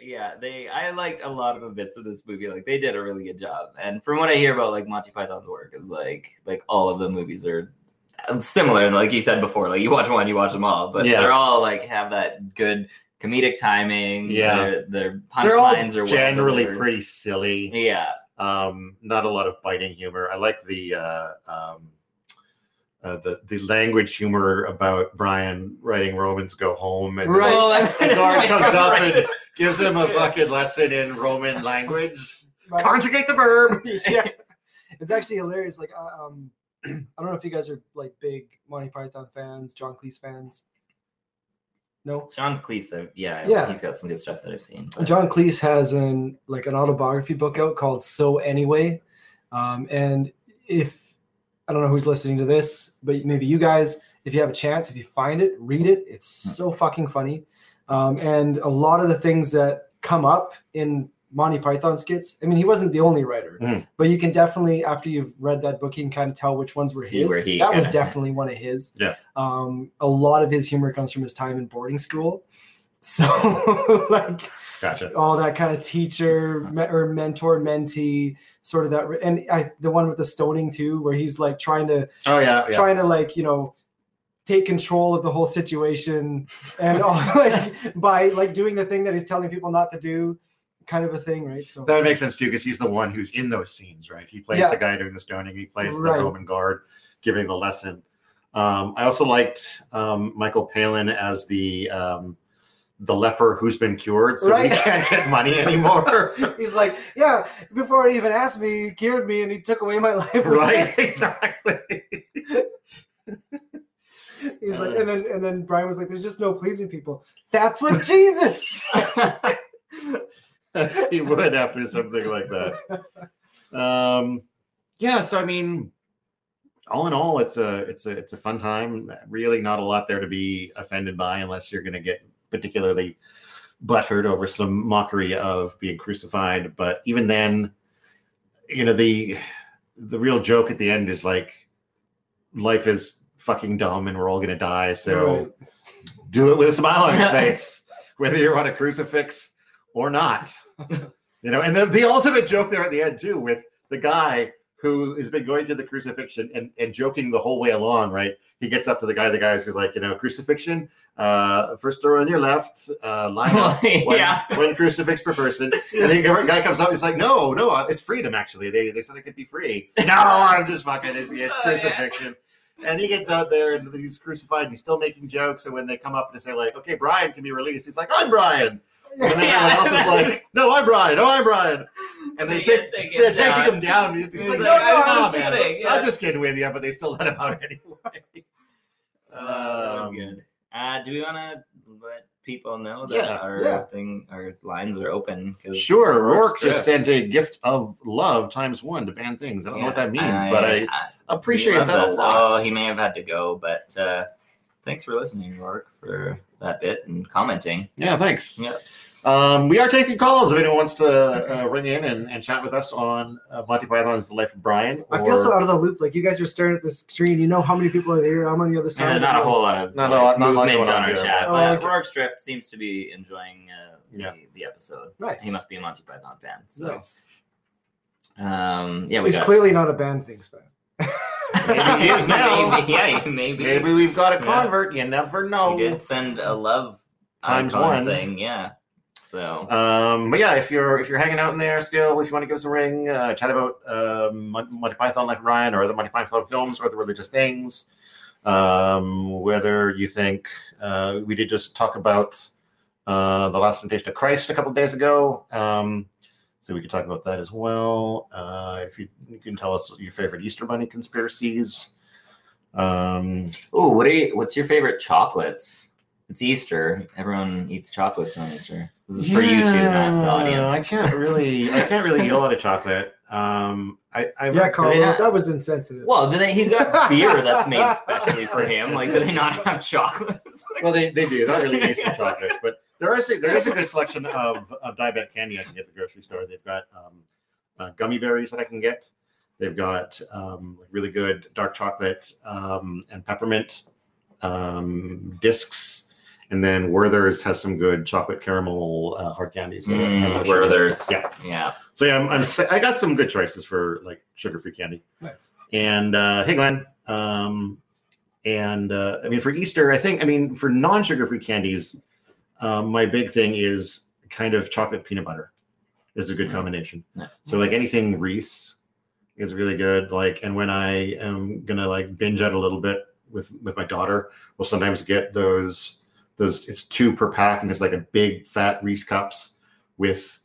S1: yeah, they. I liked a lot of the bits of this movie. Like they did a really good job. And from what I hear about like Monty Python's work is like like all of the movies are uh, similar. And like you said before, like you watch one, you watch them all, but
S2: Yeah.
S1: they're all like have that good comedic timing.
S2: Yeah.
S1: their, their
S2: They're all
S1: punchlines are well
S2: generally
S1: delivered.
S2: pretty silly.
S1: Yeah,
S2: Um, not a lot of biting humor. I like the uh, um, uh, the the language humor about Brian writing Romans go home and
S3: Right.
S1: Well, I- <laughs>
S2: the guard comes up
S1: Right.
S2: and gives him a
S1: Yeah.
S2: fucking lesson in Roman language.
S3: But-
S2: Conjugate the verb.
S3: yeah, it's actually hilarious. Like, uh, um, <clears throat> I don't know if you guys are like big Monty Python fans, John Cleese fans. No,
S1: John Cleese. uh, Yeah,
S3: Yeah.
S1: he's got some good stuff that I've seen. but- <laughs>
S3: John Cleese has an like an autobiography book out called So Anyway, um, and if I don't know who's listening to this, but maybe you guys, if you have a chance, if you find it, read it.
S1: Hmm.
S3: It's so fucking funny, um, and a lot of the things that come up in Monty Python skits. I mean, he wasn't the only writer,
S1: Hmm.
S2: Mhm.
S3: but you can definitely, after you've read that book, you can kind of tell which ones were
S1: See
S3: his.
S1: where he <laughs>
S3: that was
S1: kinda-
S3: definitely one of his.
S2: Yeah.
S3: Um, a lot of his humor comes from his time in boarding school. So, <laughs> like,
S2: Gotcha.
S3: all that kind of teacher me- or mentor mentee sort of that and I, the one with the stoning too where he's like trying to
S2: Oh yeah. yeah.
S3: trying to like you know take control of the whole situation and all <laughs> like by like doing the thing that he's telling people not to do kind of a thing right so
S2: That makes sense too, because he's the one who's in those scenes, right? He plays
S3: Yeah.
S2: the guy doing the stoning. He plays
S3: Right.
S2: the Roman guard giving the lesson. Um, I also liked um, Michael Palin as the um, the leper who's been cured, so
S3: Right.
S2: he can't get money
S3: <laughs>
S2: anymore. <laughs>
S3: he's like yeah before he even asked me he cured me and he took away my <laughs> life
S2: right? Exactly.
S3: he was
S2: Uh.
S3: like and then and then brian was like there's just no pleasing people that's what
S2: <laughs>
S3: <laughs> jesus
S2: As he would after something like that. Um, yeah. So I mean, all in all, it's a it's a it's a fun time. Really, not a lot there to be offended by, unless you're going to get particularly butthurt over some mockery of being crucified. But even then, you know the the real joke at the end is like life is fucking dumb and we're all going to die. So
S3: Right.
S2: do it with a smile on your face, whether you're on a crucifix or not. <laughs> You know, and then the ultimate joke there at the end too, with the guy who has been going to the crucifixion and, and joking the whole way along, right? He gets up to the guy, the guy's who's like, you know, crucifixion, uh, first row on your left, uh,
S1: <laughs>
S2: line up. <laughs> One,
S1: yeah.
S2: one crucifix per person. And then the guy comes up, he's like, no, no, uh, it's freedom, actually. They, they said it could be free. No, I'm just fucking, it's, it's
S1: <laughs> Oh, yeah.
S2: crucifixion. And he gets out there and he's crucified and he's still making jokes. And when they come up and say, like, okay, Brian can be released, he's like, I'm Brian. And then
S1: Yeah.
S2: everyone else is like, no, I'm Brian. Oh, I'm Brian. And they
S1: They
S2: take,
S1: take it
S2: they're
S1: down.
S2: taking him down. He's,
S1: He's like,
S2: like, no, no,
S1: "I was
S2: I'm,
S1: just
S2: just
S1: kidding,"
S2: kidding. I'm
S1: yeah.
S2: just kidding with you, but they still let him out anyway.
S1: Uh, that was
S2: Um,
S1: good. Uh, do we want to let people know that
S2: Yeah,
S1: our
S3: yeah.
S1: thing, our lines are open? 'Cause
S2: Sure,
S1: Rourke's
S2: Rourke just
S1: drift.
S2: sent a gift of love times one to ban things. I don't know what
S1: Yeah,
S2: that means, but I appreciate
S1: he loves
S2: that a
S1: us.
S2: lot.
S1: Oh, he may have had to go, but uh, thanks for listening, Rourke, for that bit and commenting.
S2: Yeah, thanks.
S1: Yeah.
S2: Um, we are taking calls if anyone wants to uh, ring in and, and chat with us on uh, Monty Python's The Life of Brian.
S3: I feel so
S2: or-
S3: out of the loop. Like you guys are staring at the screen. You know how many people are there. I'm on the other
S1: So
S3: side.
S1: there's not a whole lot of
S2: Not a lot- not a lot
S1: movement
S2: going
S1: on
S2: on
S1: our
S2: here.
S1: chat,
S3: Oh,
S1: but
S3: okay.
S1: Rourke's Drift seems to be enjoying uh,
S2: Yeah.
S1: the, the episode.
S3: Nice.
S1: He must be a Monty Python fan. So,
S3: Nice.
S1: um, yeah, we
S3: He's
S1: got. <laughs>
S3: clearly not a band things fan.
S2: Maybe he is now.
S1: Maybe- yeah, maybe.
S2: Maybe we've got a
S1: Yeah.
S2: convert. You never
S1: He
S2: know.
S1: did send a love
S2: Oh, Times
S1: icon
S2: one.
S1: thing. Yeah. So
S2: Um, but yeah, if you're if you're hanging out in there still, if you want to give us a ring, uh, chat about um, Mon- Monty Python Life of Ryan or other Monty Python films or the religious things, um, whether you think uh, we did just talk about uh, the Last Temptation of Christ a couple days ago, um, so we could talk about that as well. Uh, if you, you can tell us your favorite Easter Bunny conspiracies. Um,
S1: Oh, what are you, what's your favorite chocolates? It's Easter. Everyone eats chocolates on Easter. This is for you two, not the
S2: Yeah,
S1: audience.
S2: I can't really, I can't really eat a lot of chocolate. Um, I, I
S3: Yeah, Carl,
S1: Yeah.
S3: that was insensitive.
S1: Well, do they, he's got
S2: <laughs>
S1: beer that's made specially for him. Like, do they not have chocolates?
S2: Well, they, they do. They're really nice to chocolates, but there is a, there is a good selection of, of diabetic candy I can get at the grocery store. They've got um, uh, gummy berries that I can get. They've got um, really good dark chocolate um, and peppermint um, discs. And then Werther's has some good chocolate caramel uh, hard candies. that have no
S1: Mm,
S2: sugar.
S1: where there's
S2: Yeah.
S1: yeah.
S2: So yeah, I'm, I'm si I got some good choices for like sugar-free candy.
S3: nice.
S2: and uh, hey glenn um, and uh, i mean for easter i think i mean for non-sugar free candies um, my big thing is kind of chocolate peanut butter is a good
S1: Mm.
S2: combination
S1: Yeah.
S2: so like anything reese is really good like and when i am gonna like binge out a little bit with with my daughter we'll sometimes get those those it's two per pack and it's like a big fat reese cups with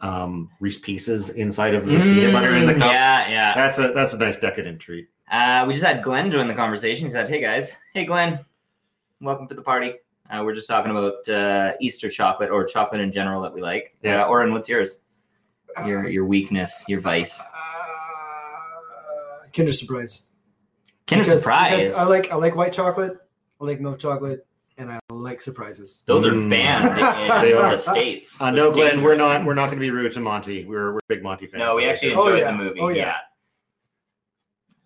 S2: um reese pieces inside of the peanut butter in the
S1: Mm,
S2: cup
S1: Yeah, yeah.
S2: that's a that's a nice decadent treat
S1: Uh, we just had Glenn join the conversation. He said, "Hey guys, hey Glenn, welcome to the party. Uh, we're just talking about uh, Easter chocolate or chocolate in general that we like.
S2: Yeah.
S1: Uh, Oren, what's yours? Your your weakness, your vice.
S3: Uh, Kinder Surprise.
S1: Kinder
S3: Because-
S1: Surprise.
S3: because I like I like white chocolate. I like milk chocolate. and I like surprises.
S1: Those are
S2: Mm. <laughs>
S1: banned in
S2: They
S1: the
S2: are.
S1: states.
S2: Uh, no,
S1: They're
S2: Glenn, we're
S1: dangerous.
S2: not we're not going to be rude to Monty. We're we're big Monty fans.
S1: No, we actually
S3: Oh,
S1: enjoyed
S3: yeah.
S1: the movie.
S3: Oh,
S1: yeah.
S3: yeah.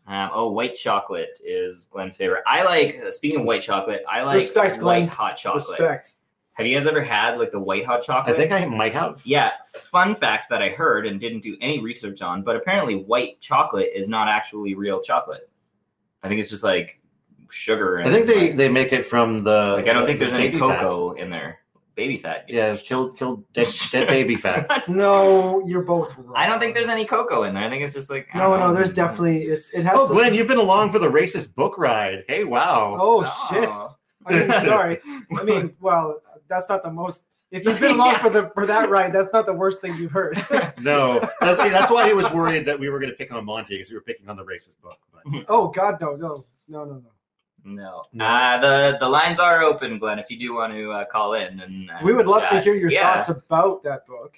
S1: Um, oh, white chocolate is Glenn's favorite. I like. uh, Speaking of white chocolate, I like
S3: Respect,
S1: white
S3: Glenn.
S1: hot chocolate.
S3: Respect.
S1: Have you guys ever had like the white hot
S2: I
S1: chocolate?
S2: think I might have.
S1: Yeah. Fun fact that I heard and didn't do any research on, but apparently white chocolate is not actually real chocolate. I think it's just like sugar. And,
S2: I think they they make it from the.
S1: Like I don't think there's any
S2: baby fat.
S1: cocoa in there. Baby fat.
S2: Yeah, it's killed killed dead,
S1: <laughs>
S2: dead baby fat.
S3: No, you're both wrong.
S1: I don't think there's any cocoa in there. I think it's just like I
S3: No,
S1: don't
S3: no,
S1: know.
S3: there's definitely it's it has.
S2: Oh,
S3: some-
S2: Glenn, you've been along for the racist book ride. Hey, wow.
S3: Oh,
S1: Oh.
S3: shit! <laughs> I mean, sorry. I <laughs> mean, well, that's not the most. If you've been along
S1: Yeah.
S3: for the for that ride, that's not the worst thing you've heard. <laughs>
S2: No, that's, that's why he was worried that we were going to pick on Monty because we were picking on the racist book. But
S1: Hmm.
S3: oh God, no, no, no, no, no.
S1: No.
S2: No.
S1: Uh, the the lines are open, Glenn. If you do want to uh, call in, and uh,
S3: We would love to
S1: chat.
S3: hear your
S1: Yeah.
S3: thoughts about that <laughs> book.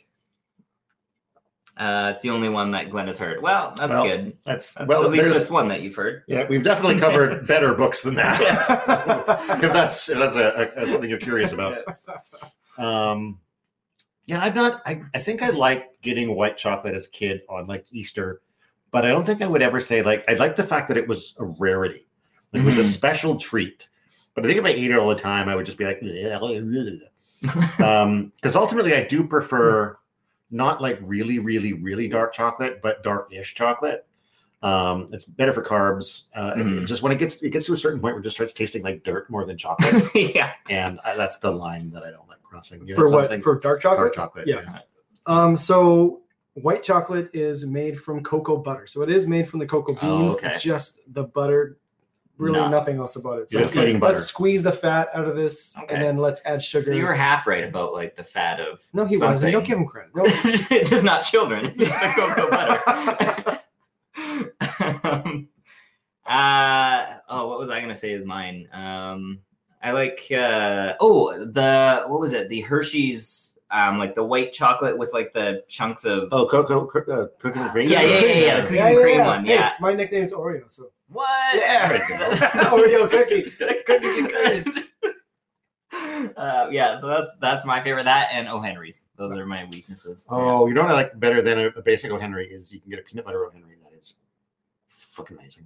S1: Uh, it's the only one that Glenn has heard. Well, that's
S2: Well,
S1: good.
S2: that's
S1: That's-
S2: well,
S1: at least
S2: there's
S1: that's one that you've heard. <laughs>
S2: yeah, we've definitely covered better books than that. if
S3: Yeah.
S2: that's if that's a, a, something you're curious about. Um, yeah, I'm not. I, I think I liked getting white chocolate as a kid on like Easter, but I don't think I would ever say like I like the fact that it was a rarity, like it was a
S1: Mhm.
S2: special treat. But I think if I ate it all the time, I would just be like, um, because ultimately I do prefer not like really, really, really dark chocolate, but dark-ish chocolate. Um, it's better for carbs. Uh, and
S1: Mhm.
S2: just when it gets it gets to a certain point where it just starts tasting like dirt more than chocolate,
S1: <laughs> yeah.
S2: and I, that's the line that I don't like crossing. You
S3: for
S2: had
S3: what?
S2: something-
S3: For dark
S2: dark
S3: chocolate?
S2: chocolate?
S3: Yeah. Um, so white chocolate is made from cocoa butter. So it is made from the cocoa
S1: Oh,
S3: beans,
S1: okay.
S3: just the butter, really
S1: No.
S3: nothing else about it. So
S2: You're
S3: it's
S2: just eating
S3: like,
S2: butter.
S3: let's squeeze the fat out of this
S1: Okay.
S3: and then let's add sugar.
S1: So you were half right about like the fat of.
S3: no, he wasn't. Don't
S1: <laughs>
S3: give him credit. No.
S1: it's just not children. It's just the cocoa
S3: <laughs>
S1: butter. <laughs> um, uh, oh, what was I gonna say? Is mine? Um, I like. Uh, oh, the what was it? The Hershey's, um, like the white chocolate with like the chunks of.
S2: Oh, cocoa, co- uh, cooking and cream.
S1: Yeah, yeah, yeah, yeah, the cookies and cream one,
S3: Hey,
S1: yeah.
S3: my nickname's Oreo. So
S1: What?
S3: Yeah. <laughs> Oreo
S1: <laughs>
S3: cookie. Cookies and
S1: Uh, yeah, so that's that's my favorite. That and O. Henry's. Those are my weaknesses.
S2: Oh, you know what I like better than a, a basic O Henry is you can get a peanut butter O Henry that is fucking amazing.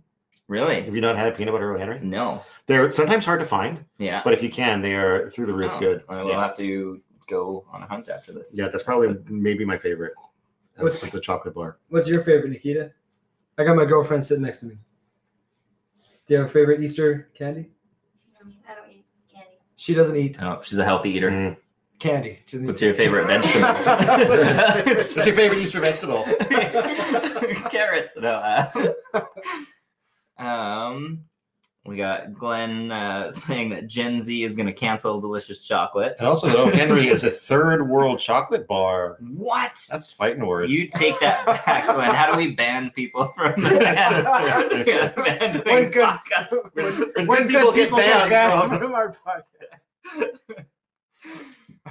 S1: really?
S2: Have you not had a peanut butter O Henry?
S1: No.
S2: They're sometimes hard to find,
S1: Yeah.
S2: but if you can, they are through the roof
S1: Oh,
S2: good.
S1: I will
S2: Yeah.
S1: have to go on a hunt after this.
S2: Yeah, that's probably maybe my favorite. That's,
S3: What's-
S2: that's a chocolate bar.
S3: what's your favorite, Nikita? I got my girlfriend sitting next to me. Do you have a favorite Easter candy?
S5: Um, I don't eat candy.
S3: She doesn't eat
S1: Oh, she's a healthy eater.
S2: Mm.
S3: candy.
S1: What's your favorite vegetable?
S3: <laughs>
S2: What's your favorite Easter vegetable? Mm.
S1: <laughs> Carrots. No. uh, <laughs> um, we got Glenn uh, saying that Gen Z is going to cancel delicious chocolate.
S2: And also, that O Henry is a third world chocolate bar.
S1: What?
S2: That's fighting words.
S1: You take that back, Glenn. How do we ban people <laughs> from
S2: <laughs>
S1: yeah, <laughs> ban
S3: One
S1: <laughs>
S3: could-
S1: podcasts?
S2: <laughs> when, when people get banned from,
S3: our podcast.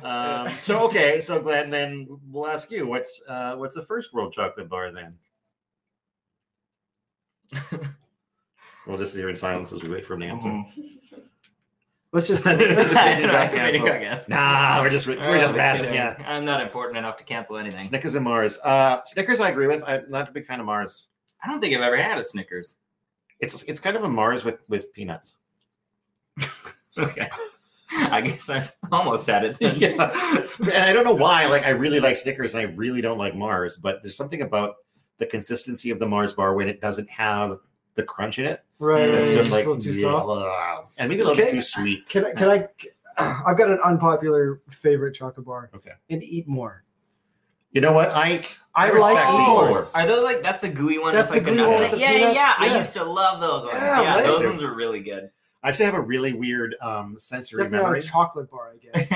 S2: Um, so okay, so Glenn, then we'll ask you what's uh, what's the first world chocolate bar then? <laughs> we'll just sit here in silence as we wait for him to answer. <laughs>
S3: Let's just
S1: It's
S2: It's a
S1: not
S2: video
S1: video
S2: cancel.
S1: games.
S2: Nah, we're just we're
S1: Oh,
S2: just
S1: I'm
S2: razzing
S1: kidding.
S2: yeah.
S1: I'm not important enough to cancel anything.
S2: Snickers and Mars. Uh, Snickers, I agree with. I'm not a big fan of Mars.
S1: I don't think I've ever had a Snickers.
S2: It's it's kind of a Mars with with peanuts.
S1: <laughs> Okay. I guess I've almost had <laughs> it. Then.
S2: Yeah. And I don't know why. Like I really like Snickers, and I really don't like Mars. But there's something about the consistency of the Mars bar when it doesn't have the crunch in it.
S3: right.
S2: That's
S1: Mm,
S2: just
S3: a
S2: like uh,
S3: little too
S2: yeah,
S3: soft.
S2: blah. and maybe a little
S3: Okay.
S2: too sweet.
S3: Can I? Can I? <clears throat> I've got an unpopular favorite chocolate bar.
S2: Okay.
S3: And eat more.
S2: You know what, Ike?
S3: I,
S2: I
S3: like
S2: respect
S3: eat
S2: Eat
S3: more.
S2: More.
S1: Oh, are those like that's the gooey one?
S3: That's
S1: with, like
S3: the gooey
S1: nuts
S2: one
S1: in
S2: with
S1: it?
S3: the
S1: yeah, yeah,
S3: peanuts?
S1: yeah. I
S3: Yeah.
S1: used to love those ones. Yeah,
S3: Yeah, right.
S1: those ones are really good.
S2: I actually have a really weird um, sensory
S3: Definitely not a
S2: memory.
S3: chocolate bar, I guess.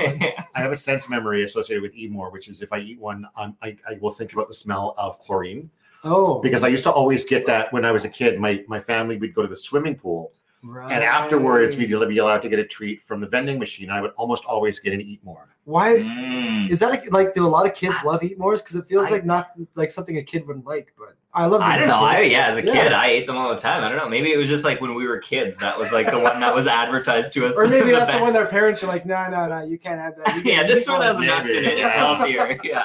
S2: I have a sense memory associated with eat more, which is if I eat one, um, I, I will think about the smell of chlorine
S3: Oh,
S2: because I used to always get that when I was a kid. My my family would go to the swimming pool,
S3: right.
S2: and afterwards we'd be allowed to get a treat from the vending machine. I would almost always get an eat more.
S3: Why
S1: Mm.
S3: is that? A, like, do a lot of kids love Eat Mores? Because it feels
S1: I-
S3: like not like something a kid wouldn't like. But I love.
S1: I don't know. I, yeah, as a
S3: Yeah.
S1: kid, I ate them all the time. I don't know. Maybe it was just like when we were kids. That was like the one that was advertised to us.
S3: or
S1: <laughs>
S3: maybe
S1: the
S3: that's the one
S1: best.
S3: their parents are like, no, no, no, you can't have
S1: <laughs>
S3: that. You
S1: yeah,
S3: can't
S1: this
S3: eat
S1: one has
S3: Mars."
S1: nuts in it.
S2: Yeah.
S1: It's healthier. Yeah.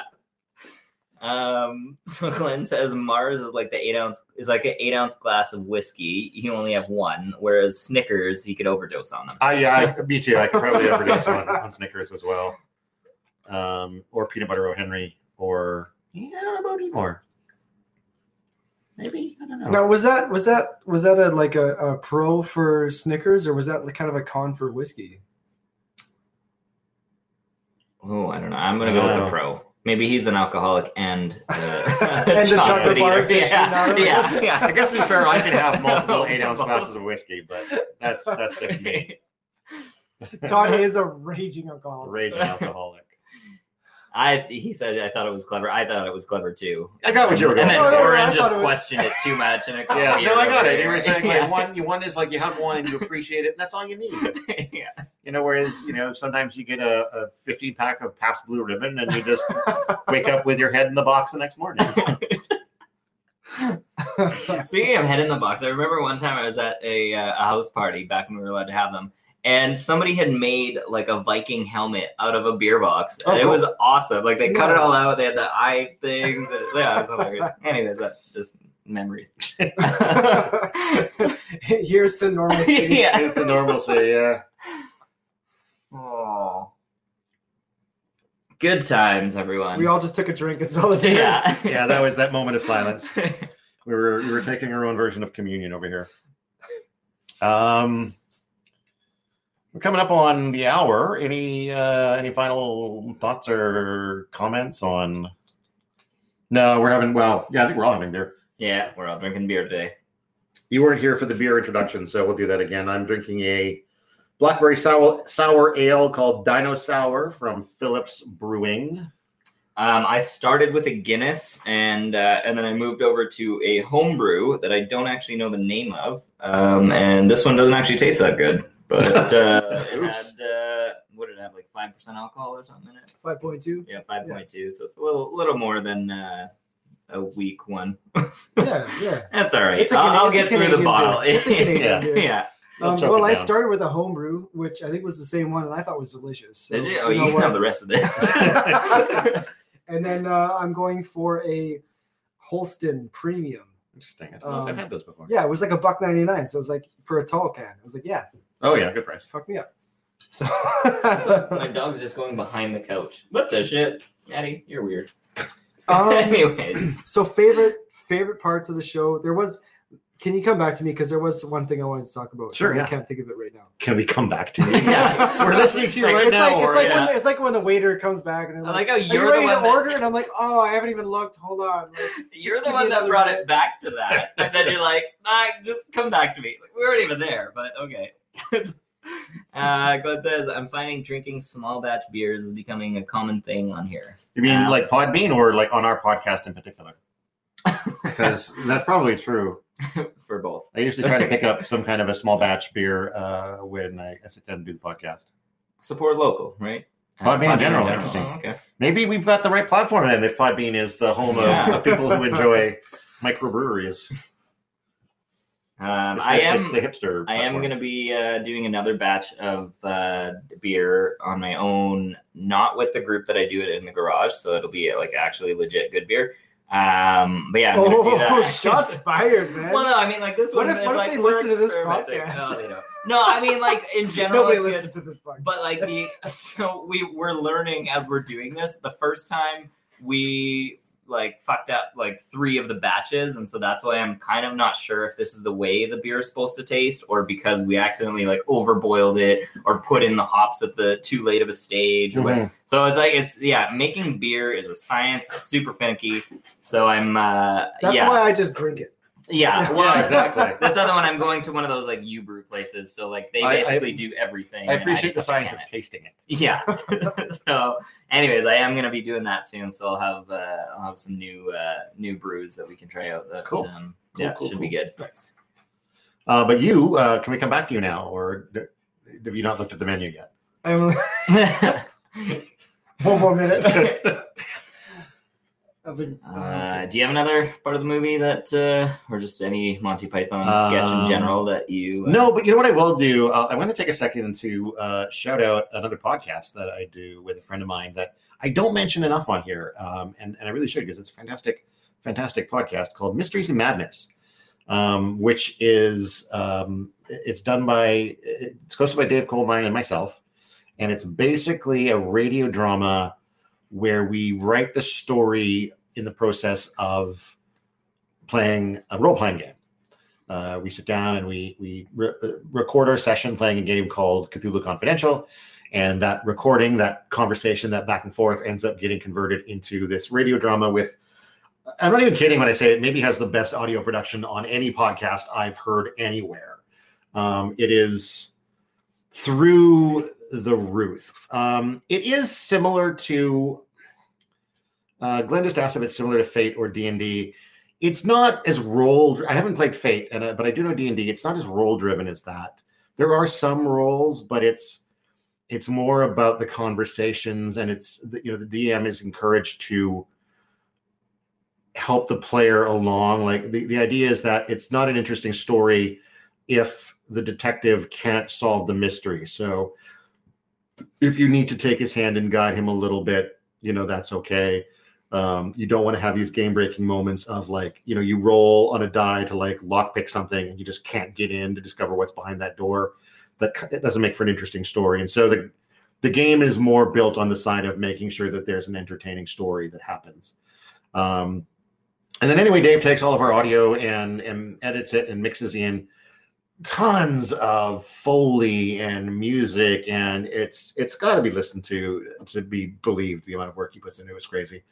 S1: Um. So <laughs> Glenn says Mars is like the eight ounce is like an eight ounce glass of whiskey. You only have one, whereas Snickers he could overdose on them.
S2: I yeah, I, me too. I could probably overdose on, on Snickers as well, um, or peanut butter O Henry, or yeah, I don't know about anymore. Maybe I don't know.
S3: Now was that was that was that a like a, a pro for Snickers or was that like kind of a con for whiskey?
S1: Oh, I don't know. I'm gonna go with the
S2: Wow.
S1: pro. Maybe he's an alcoholic and <laughs> uh,
S3: <laughs> And the chocolate
S1: eater.
S3: bar fish,
S1: Yeah,
S3: you know?
S1: yeah, yeah.
S2: I guess to be fair, I can have <laughs> multiple eight ounce glasses of whiskey, but that's that's just <laughs> me,
S3: <laughs> Todd is a raging alcoholic.
S2: raging alcoholic.
S1: I he said I thought it was clever. I thought it was clever too.
S2: I got what you were
S1: And then
S2: going
S3: for. No, no, no,
S1: Oren
S3: I
S1: just
S3: thought it was-
S1: questioned it too much, and it got
S2: <laughs> Yeah, no, I got
S1: weird.
S2: it. You were saying like
S1: <laughs> Yeah.
S2: one, you one is like you have one and you appreciate it, and that's all you need.
S1: yeah.
S2: You know, whereas you know sometimes you get a, a fifteen pack of Pabst Blue Ribbon and you <laughs> just wake up with your head in the box the next morning.
S1: Speaking of head in the box, I remember one time I was at a, uh, a house party back when we were allowed to have them, and somebody had made like a Viking helmet out of a beer box, and
S3: Oh,
S1: it
S3: cool.
S1: was awesome. Like they cut it all
S3: Nice.
S1: out. They had the eye things. and- yeah, it was hilarious. Anyways, that just memories. <laughs>
S3: <laughs> Here's to
S1: <laughs>
S3: normalcy.
S1: yeah.
S2: It's the normalcy, yeah.
S1: Oh. Good times, everyone.
S3: We all just took a drink in solidarity.
S1: <laughs>
S3: <laughs>
S1: yeah.
S2: Yeah, that was that moment of silence. We were we were taking our own version of communion over here. Um we're coming up on the hour. Any uh any final thoughts or comments on No, we're having well, yeah, I think we're all having beer.
S1: <laughs> yeah, we're all drinking beer today.
S2: You weren't here for the beer introduction, so we'll do that again. I'm drinking a blackberry sour sour ale called Dino Sour from Phillips Brewing.
S1: Um, I started with a Guinness, and uh, and then I moved over to a homebrew that I don't actually know the name of. Um, and this one doesn't actually taste that good,
S3: <laughs>
S1: but uh, it
S2: Oops.
S1: had uh, what did it have like five percent alcohol or something in it?
S3: Five point two.
S1: Yeah, five point two. So it's a little little more than uh, a weak one. <laughs>
S3: Yeah, yeah.
S1: That's all right.
S3: It's a
S1: I'll, I'll
S3: Cana-
S1: get
S3: it's a
S1: through the
S3: Canadian
S1: bottle.
S3: beer. It's a Canadian
S2: Yeah.
S1: <laughs>
S3: beer.
S1: yeah.
S2: We'll
S3: Um,
S2: choke
S3: well,
S2: it
S3: I
S2: down.
S3: started with a homebrew, which I think was the same one, and I thought was delicious. So,
S1: Did you? Oh, you,
S3: know
S1: can
S3: what?
S1: have the rest of this.
S3: <laughs>
S1: <laughs>
S3: and then uh, I'm going for a Holston Premium.
S2: <laughs> Interesting. I don't know if I've
S3: Um,
S2: had those before.
S3: Yeah, it was like a buck ninety nine, so it was like for a tall can. I was like, yeah,
S2: Oh yeah, good price.
S3: fuck me up.
S1: <laughs>
S3: So <laughs>
S1: My dog's just going behind the couch. What
S3: <laughs>
S1: the shit, Maddie? You're weird. <laughs>
S3: um,
S1: Anyways,
S3: so favorite favorite parts of the show. There was. Can you come back to me because there was one thing I wanted to talk about.
S2: Sure,
S3: and I
S2: yeah.
S3: can't think of it right now.
S2: Can we come back <laughs> to you?
S1: Yes.
S2: We're listening to you right
S3: it's
S2: now.
S3: like it's
S2: Warren.
S3: like,
S1: yeah.
S3: when the, it's like when the waiter comes back and
S1: I
S3: they're
S1: like
S3: like,
S1: how
S3: "Are you
S1: you're the
S3: ready
S1: one
S3: to
S1: that <laughs>
S3: order?" <laughs> And I'm like, "Oh, I haven't even looked. Hold on." Like,
S1: You're
S3: Just
S1: the
S3: give
S1: one
S3: me
S1: that
S3: another
S1: brought
S3: minute.
S1: it back to
S3: <laughs>
S1: that, and then you're like, ah, "Just come back to me." Like, we weren't even there, but okay. <laughs> uh, Glenn says, "I'm finding drinking small batch beers is becoming a common thing on here."
S2: You mean
S1: Yeah.
S2: like Podbean or like on our podcast in <laughs> particular? Because that's probably true.
S1: For both,
S2: I usually try to pick up some kind of a small batch beer uh, when I, I sit down and do the podcast.
S1: support local, right?
S2: Podbean in general, interesting.
S1: Oh, okay.
S2: Maybe we've got the right platform then if Podbean is the home
S1: Yeah.
S2: of, of people who enjoy
S1: <laughs>
S2: microbreweries. It's
S1: Um,
S2: the,
S1: I am.
S2: it's the hipster.
S1: I am
S2: platform.
S1: going to be uh, doing another batch of uh, beer on my own, not with the group that I do it in the garage. So it'll be uh, like actually legit good beer. Um, but yeah, I'm gonna do
S3: Oh, <laughs>
S1: that.
S3: shots fired, man.
S1: Well, no, I mean like this
S3: What
S1: one.
S3: if-
S1: is,
S3: what if
S1: like,
S3: they
S1: we're
S3: listen to this
S1: experimenting.
S3: podcast?
S1: No, they <laughs> don't. No, I mean like in general,
S3: Nobody
S1: it's good,
S3: listens to this podcast.
S1: but like the <laughs> so we we're learning as we're doing this. The first time we like fucked up like three of the batches, and so that's why I'm kind of not sure if this is the way the beer is supposed to taste, or because we accidentally like overboiled it or put in the hops at the too late of a stage. Or what.
S2: Mhm.
S1: So it's like it's yeah, making beer is a science. It's super finicky. So I'm uh
S3: That's
S1: yeah
S3: why I just drink it.
S1: yeah well
S2: Yeah, exactly.
S1: this other one, I'm going to one of those like U brew places. So like they
S2: I- I-
S1: basically do everything.
S2: I
S1: and
S2: appreciate
S1: just
S2: the
S1: have to
S2: science of
S1: can it.
S2: tasting it.
S1: Yeah. <laughs> so, anyways, I am gonna be doing that soon. So I'll have uh, I'll have some new uh, new brews that we can try out. That,
S2: Cool.
S1: Um,
S2: Cool,
S1: yeah,
S2: cool,
S1: should be
S2: cool.
S1: good.
S3: Nice.
S2: Uh, but you, uh, can we come back
S1: <laughs> Uh,
S3: <laughs>
S2: to you now, or d- have you not looked at the menu yet?
S3: I'm, One
S2: <laughs>
S3: more minute. Of an-
S1: Uh, do you have another part of the movie that, uh, or just any Monty Python sketch in
S2: Um,
S1: general that you? uh,
S2: No, but you know what I will do? Uh, I want to take a second to uh, shout out another podcast that I do with a friend of mine that I don't mention enough on here, um, and and I really should because it's a fantastic, fantastic podcast called Mysteries and Madness, um, which is um, it's done by it's hosted by Dave Colbine and myself, and it's basically a radio drama where we write the story in the process of playing a role playing game. Uh, we sit down and we we re- uh, record our session playing a game called Cthulhu Confidential, and that recording, that conversation, that back and forth ends up getting converted into this radio drama. With I'm not even kidding when I say it. Maybe has the best audio production on any podcast I've heard anywhere. Um, it is through the roof. Um, it is similar to uh, Glenn just asked if it's similar to Fate or D and D it's not as role. I haven't played Fate, and I, but I do know D and D. It's not as role driven as that. There are some roles, but it's it's more about the conversations, and it's the- you know the DM is encouraged to help the player along. Like the, the idea is that it's not an interesting story if the detective can't solve the mystery. So if you need to take his hand and guide him a little bit, you know that's okay um, you don't want to have these game breaking moments of like you know you roll on a die to like lockpick something and you just can't get in to discover what's behind that door that ki- it doesn't make for an interesting story and so the the game is more built on the side of making sure that there's an entertaining story that happens um, and then anyway dave takes all of our audio and and edits it and mixes in tons of foley and music and it's it's got to be listened to to be believed the amount of work he puts into it is crazy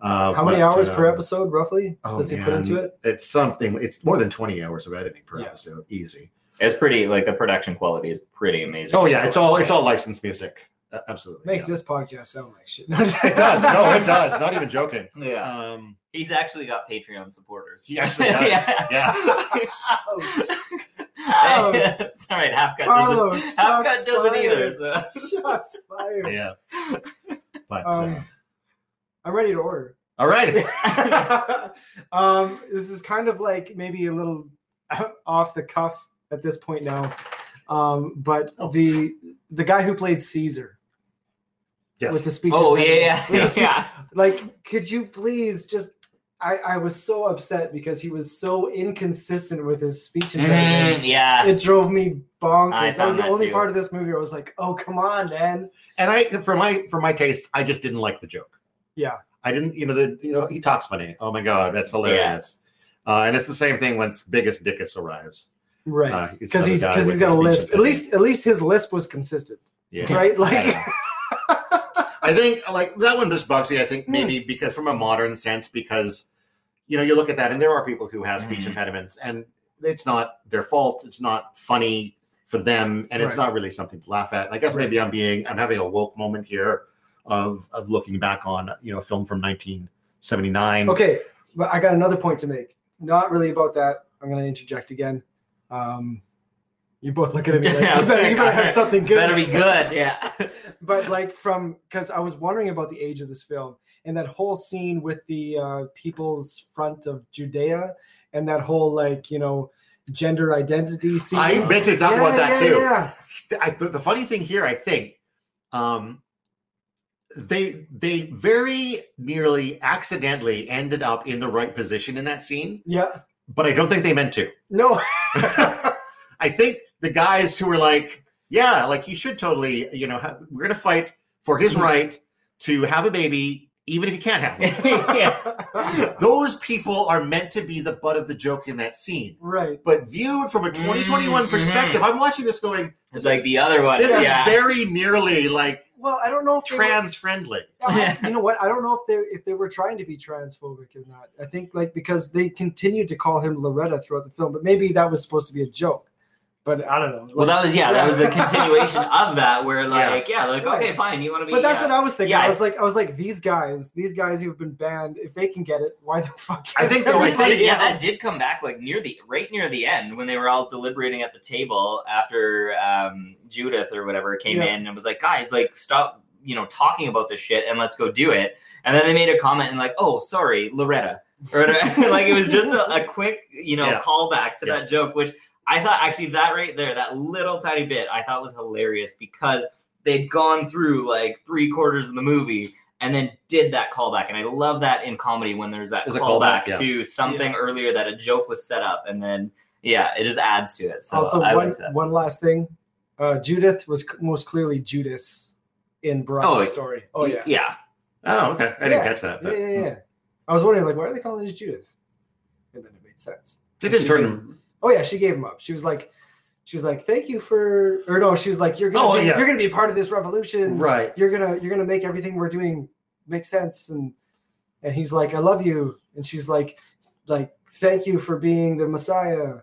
S2: uh,
S3: How many
S2: but,
S3: hours per
S2: um,
S3: episode, roughly,
S2: oh,
S3: does he put into
S2: man,
S3: it?
S2: It's something. It's more than twenty hours of editing per
S3: Yeah.
S2: episode, easy.
S1: it's pretty like the production quality is pretty amazing.
S2: Oh yeah, it's all it's all licensed music. Uh, absolutely,
S3: Makes
S2: yeah.
S3: this podcast sound like shit. <laughs>
S2: it does. No, it does. Not even joking.
S1: Yeah,
S2: Um,
S1: he's actually got Patreon supporters.
S2: He
S1: <laughs>
S2: actually does.
S3: Ouch.
S2: Oh.
S1: <laughs>
S3: Ouch.
S1: it's all right. Half cut
S3: Carlos,
S1: doesn't. Half
S3: shots
S1: cut doesn't
S3: fired.
S1: either. So.
S3: Shots fired.
S2: yeah, but uh,
S3: Um, I'm ready to order.
S2: <laughs>
S3: <laughs>
S2: all right.
S3: um, this is kind of like maybe a little <laughs> off the cuff at this point now, um, but
S2: Oh.
S3: the the guy who played Caesar
S2: Yes.
S3: with the speech.
S1: Oh yeah,
S3: impediment-
S1: yeah,
S3: with
S1: <laughs>
S3: the
S1: yeah.
S3: speech- Like, could you please just? I I was so upset because he was so inconsistent with his speech. impediment.
S1: Mm, yeah.
S3: It drove me
S1: I
S3: bonkers. That
S1: found
S3: was the
S1: that
S3: only
S1: too.
S3: part of this movie where I was like, "Oh come on, man!"
S2: and I, for my for my taste, I just didn't like the joke.
S3: Yeah.
S2: I didn't. You know, the you know he talks funny. Oh my god, that's hilarious. Uh, and it's the same thing once Biggest Dickus arrives. Uh,
S3: Right?
S2: it's
S3: Because
S2: another
S3: he's
S2: guy
S3: because
S2: with
S3: he's
S2: the
S3: got a
S2: speech
S3: lisp. At
S2: impediment.
S3: least at least his lisp was consistent,
S2: Yeah.
S3: right? Like.
S2: Yeah. I think like that one just bugs me. I
S3: Hmm.
S2: think maybe because from a modern sense, because you know you look at that and there are people who have speech
S3: Hmm.
S1: Mhm.
S2: impediments, and it's not their fault. It's not funny for them, and it's
S3: Right.
S2: not really something to laugh at. And I guess maybe I'm being I'm having a woke moment here of of looking back on you know a film from 1979.
S3: <laughs> Okay, but I got another point to make. Not really about that. I'm going to interject again. Um, you both looking
S1: <laughs>
S3: at me like
S1: Yeah,
S3: you better, you better have something
S1: It's
S3: good.
S1: Better be good. Yeah. <laughs>
S3: But like from because I was wondering about the age of this film and that whole scene with the uh, People's Front of Judea and that whole like you know gender identity scene.
S2: I
S1: Yeah,
S2: mentioned that about that
S3: uh, yeah,
S2: too.
S3: yeah.
S2: I, the, the funny thing here, I think, um, they they very nearly accidentally ended up in the right position in that scene,
S3: Yeah.
S2: but I don't think they meant to. <laughs>
S3: No. <laughs>
S2: I think the guys who were like, yeah, like he should totally, you know, ha- we're gonna fight for his
S1: Mhm.
S2: right to have a baby, even if he can't have one.
S1: yeah.
S2: Those people are meant to be the butt of the joke in that scene.
S3: right.
S2: But viewed from a 2021
S1: Mm, mhm.
S2: perspective, I'm watching this going,
S1: It's like the other one.
S2: this
S1: yeah.
S2: is very nearly like
S3: Well, I don't know if they were-
S2: trans friendly.
S3: <laughs>
S2: <laughs>
S3: I- you know what? I don't know if they if they were trying to be transphobic or not. I think like because they continued to call him Loretta throughout the film, but maybe that was supposed to be a joke. But I don't know.
S1: well,
S3: Like-
S1: that was yeah, That
S3: <laughs>
S1: was the continuation of that. Where like yeah, like
S3: Right.
S1: okay, fine. You want to be?
S3: but that's
S1: yeah.
S3: what I was thinking.
S1: Yeah,
S3: I
S1: I-
S3: was like, I was like, these guys, these guys who have been banned, if they can get it, why the fuck?
S2: I
S3: can't
S2: think they're like,
S1: But
S3: everybody
S1: yeah, that
S3: else?
S1: did come back like near the right near the end when they were all deliberating at the table after um, Judith or whatever came
S3: Yeah.
S1: in and was like, guys, like stop you know talking about this shit and let's go do it and then they made a comment and like oh sorry loretta or whatever. <laughs> like it was just a, a quick you know
S2: Yeah.
S1: callback to
S2: Yeah.
S1: that joke which i thought actually that right there that little tiny bit i thought was hilarious because they'd gone through like three quarters of the movie and then did that callback and i love that in comedy when there's that
S2: There's a
S1: callback,
S2: callback, yeah.
S1: to something earlier that a joke was set up and then yeah it just adds to it so
S3: also,
S1: i
S3: one
S1: like that
S3: one last thing, uh, Judith was c- most clearly Judas in Brian's
S1: Oh,
S3: story. Oh yeah.
S1: yeah
S2: Oh, okay. I didn't
S3: Yeah.
S2: catch that.
S3: Yeah,
S2: But
S3: yeah, yeah. I was wondering, like, why are they calling this Judith? And then it made sense.
S2: They didn't
S3: She
S2: turn
S3: gave-
S2: him.
S3: Oh yeah, she gave him up. She was like, she was like, thank you for, or no, she was like, you're gonna,
S2: Oh,
S3: be,
S2: yeah.
S3: you're gonna be part of this revolution.
S2: Right.
S3: You're gonna, you're gonna make everything we're doing make sense. And and he's like, I love you. And she's like, like, thank you for being the Messiah.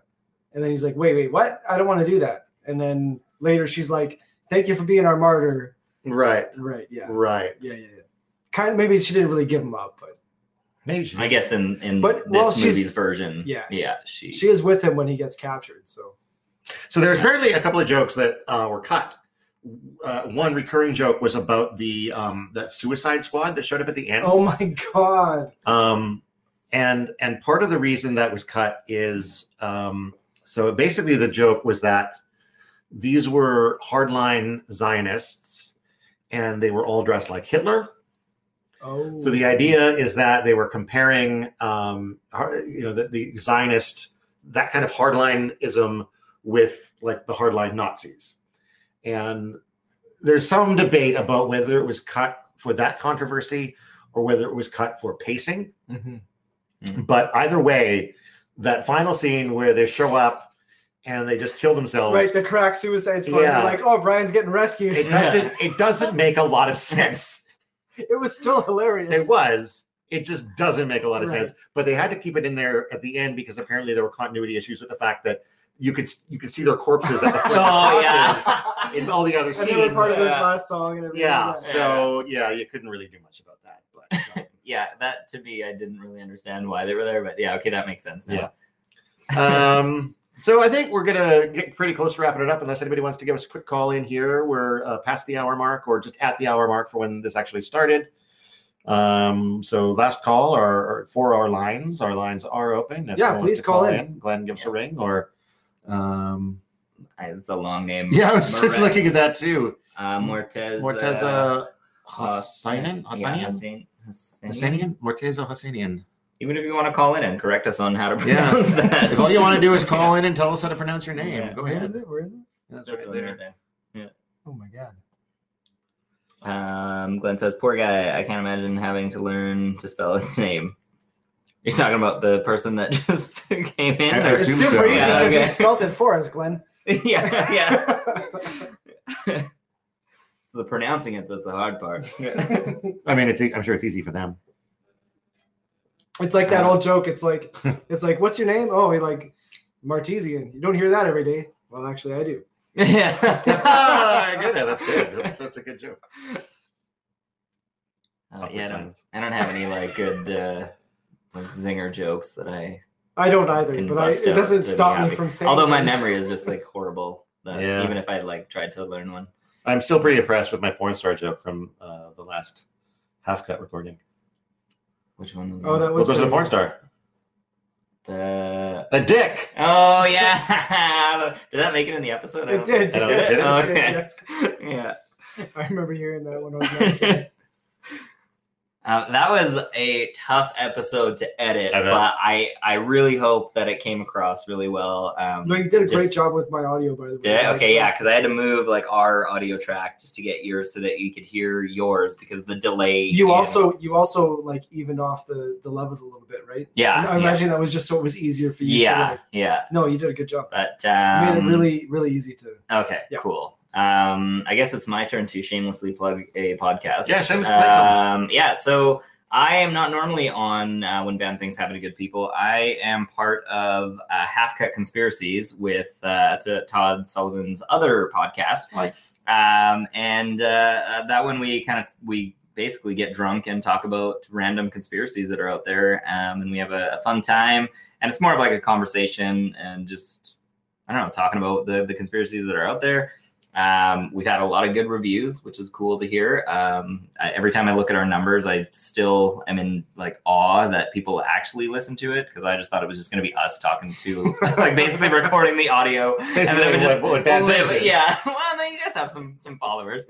S3: And then he's like, wait, wait, what? I don't want to do that. And then later she's like, thank you for being our martyr.
S2: Right.
S3: Right. Yeah.
S2: Right.
S3: Yeah. Yeah. yeah. Kind of, maybe she didn't really give him up, but
S2: Maybe she
S1: I guess in in
S3: But,
S1: this
S3: well, she's-
S1: movie's version,
S3: yeah.
S1: yeah, she,
S3: she is with him when he gets captured. So
S2: So there's apparently a couple of jokes that uh, were cut. Uh, one recurring joke was about the um, that Suicide Squad that showed up at the end.
S3: oh my god.
S2: Um, and and part of the reason that was cut is um, so basically the joke was that these were hardline Zionists, and they were all dressed like Hitler.
S3: Oh.
S2: So the idea is that they were comparing, um, har- you know, the, the Zionist that kind of hardlineism with like the hardline Nazis, and there's some debate about whether it was cut for that controversy or whether it was cut for pacing.
S3: Mm-hmm.
S2: But either way, that final scene where they show up and they just kill themselves.
S3: Right, the crack suicide squad.
S2: Yeah.
S3: You're like, oh, Brian's getting rescued.
S2: it doesn't it doesn't make a lot of sense.
S3: <laughs> It was still hilarious.
S2: It was. It just doesn't make a lot of
S3: Right.
S2: sense. But they had to keep it in there at the end because apparently there were continuity issues with the fact that you could you could see their
S1: <laughs>
S2: corpses at the
S3: <laughs>
S2: foot of
S1: <laughs>
S2: the
S1: oh
S2: crosses
S1: yeah,
S2: in all the other
S3: And they were
S2: scenes.
S3: part of his
S1: Yeah.
S3: last song and everything.
S2: yeah.
S1: Yeah.
S2: So yeah, you couldn't really do much about that. But um,
S1: yeah. That to me, I didn't really understand why they were there, but yeah, okay, that makes sense. now.
S2: Yeah. um, so I think we're gonna get pretty close to wrapping it up, unless anybody wants to give us a quick call in here. We're uh, past the hour mark, or just at the hour mark for when this actually started. Um, so last call are, are for our lines. Our lines are open.
S3: Yeah,
S2: someone wants
S3: please
S2: to
S3: call in.
S2: Glenn, give us a ring, or um,
S1: I, it's a long name.
S2: yeah, I was just
S1: Moret-
S2: looking at that too.
S1: Uh, Mortez. uh,
S2: Morteza Hassanian,
S1: Yeah,
S2: Hassanian,
S1: Hussein. Husseinian.
S2: Hassanian, Morteza Hassanian.
S1: Even if you want to call in and correct us on how to
S2: Yeah.
S1: pronounce that,
S2: If all you want to do
S1: <laughs>
S2: is call in and tell us how to pronounce your name,
S1: Yeah.
S2: go
S3: Where is
S2: ahead.
S3: it? Where is it?
S2: That's
S1: That's the
S2: right
S1: one
S2: there.
S1: there.
S3: Oh my god.
S1: Um, Glenn says, "Poor guy. I can't imagine having to learn to spell his name." You're talking about the person that <laughs> just came in.
S2: I
S1: or-
S2: assume
S3: It's super
S2: so,
S3: easy
S1: yeah.
S3: because
S1: Okay.
S3: he spelt it for us, Glenn.
S1: <laughs>
S3: <laughs>
S1: yeah, <laughs> yeah. The pronouncing it that's the hard part.
S2: <laughs>
S1: <laughs>
S2: I mean, it's e- I'm sure it's easy for them.
S3: it's like that old joke.
S2: <laughs>
S3: It's like, it's like, what's your name? Oh, he like Martesian. You don't hear that every day. Well, actually, I do.
S1: Uh, yeah.
S2: good. Oh, That's good. That's, that's a good joke.
S1: Uh,
S2: Awkward
S1: yeah I, don't,
S2: silence.
S1: I don't have any like good uh, like zinger jokes that I.
S3: I don't either,
S1: Can
S3: but I,
S1: bust
S3: it
S1: out
S3: doesn't
S1: to be
S3: stop me
S1: happy.
S3: from saying.
S1: Although my
S3: things.
S1: memory is just like horrible. That
S2: Yeah.
S1: Even if I like tried to learn one.
S2: I'm still pretty impressed with my porn star joke from uh, the last half cut recording.
S1: Which one was
S3: Oh, that
S2: What
S3: was
S2: goes to a
S3: pretty
S2: porn
S3: good.
S2: star?
S1: The
S2: A dick.
S1: Oh yeah, <laughs> did that make it in the episode? I don't
S3: It did.
S1: think
S2: I
S1: so.
S2: don't think it did.
S1: Oh,
S3: <laughs> It did,
S1: okay.
S3: yes.
S1: <laughs> Yeah,
S3: I remember hearing that when I was
S1: <laughs>
S3: young. kid.
S1: uh, that was a tough episode to edit,
S2: I bet.
S1: but I I really hope that it came across really well. Um,
S3: No, you did a great
S1: Just-
S3: job with my audio, by the way.
S1: did I?
S3: Like,
S1: Okay, yeah, because I had to move like our audio track just to get yours so that you could hear yours because the delay.
S3: You
S1: in-
S3: also you also like evened off the the levels a little bit, right?
S1: yeah
S3: I
S1: yeah
S3: imagine that was just so it was easier for you. To,
S1: yeah,
S3: like,
S1: yeah.
S3: no, you did a good job.
S1: But
S3: You
S1: um,
S3: made it really really easy to.
S1: Okay,
S3: Yeah.
S1: cool. Um, I guess it's my turn to shamelessly plug a podcast.
S2: Yeah, shamelessly plug
S1: Um, yeah, so I am not normally on uh, when bad things happen to good people. I am part of uh, Half Cut Conspiracies with uh, it's a Todd Sullivan's other podcast.
S2: Like-
S1: um, and uh, uh, that one we kind of we basically get drunk and talk about random conspiracies that are out there, um, and we have a, a fun time. And it's more of like a conversation and just I don't know, talking about the, the conspiracies that are out there. Um, we've had a lot of good reviews, which is cool to hear. Um, I, every time I look at our numbers, I still am in like awe that people actually listen to it because I just thought it was just going to be us talking to <laughs> like basically recording the audio and then it would
S2: Basically
S1: just
S2: what- what bad
S1: live-
S2: things is.
S1: Yeah, <laughs> well, no, you guys have some some followers.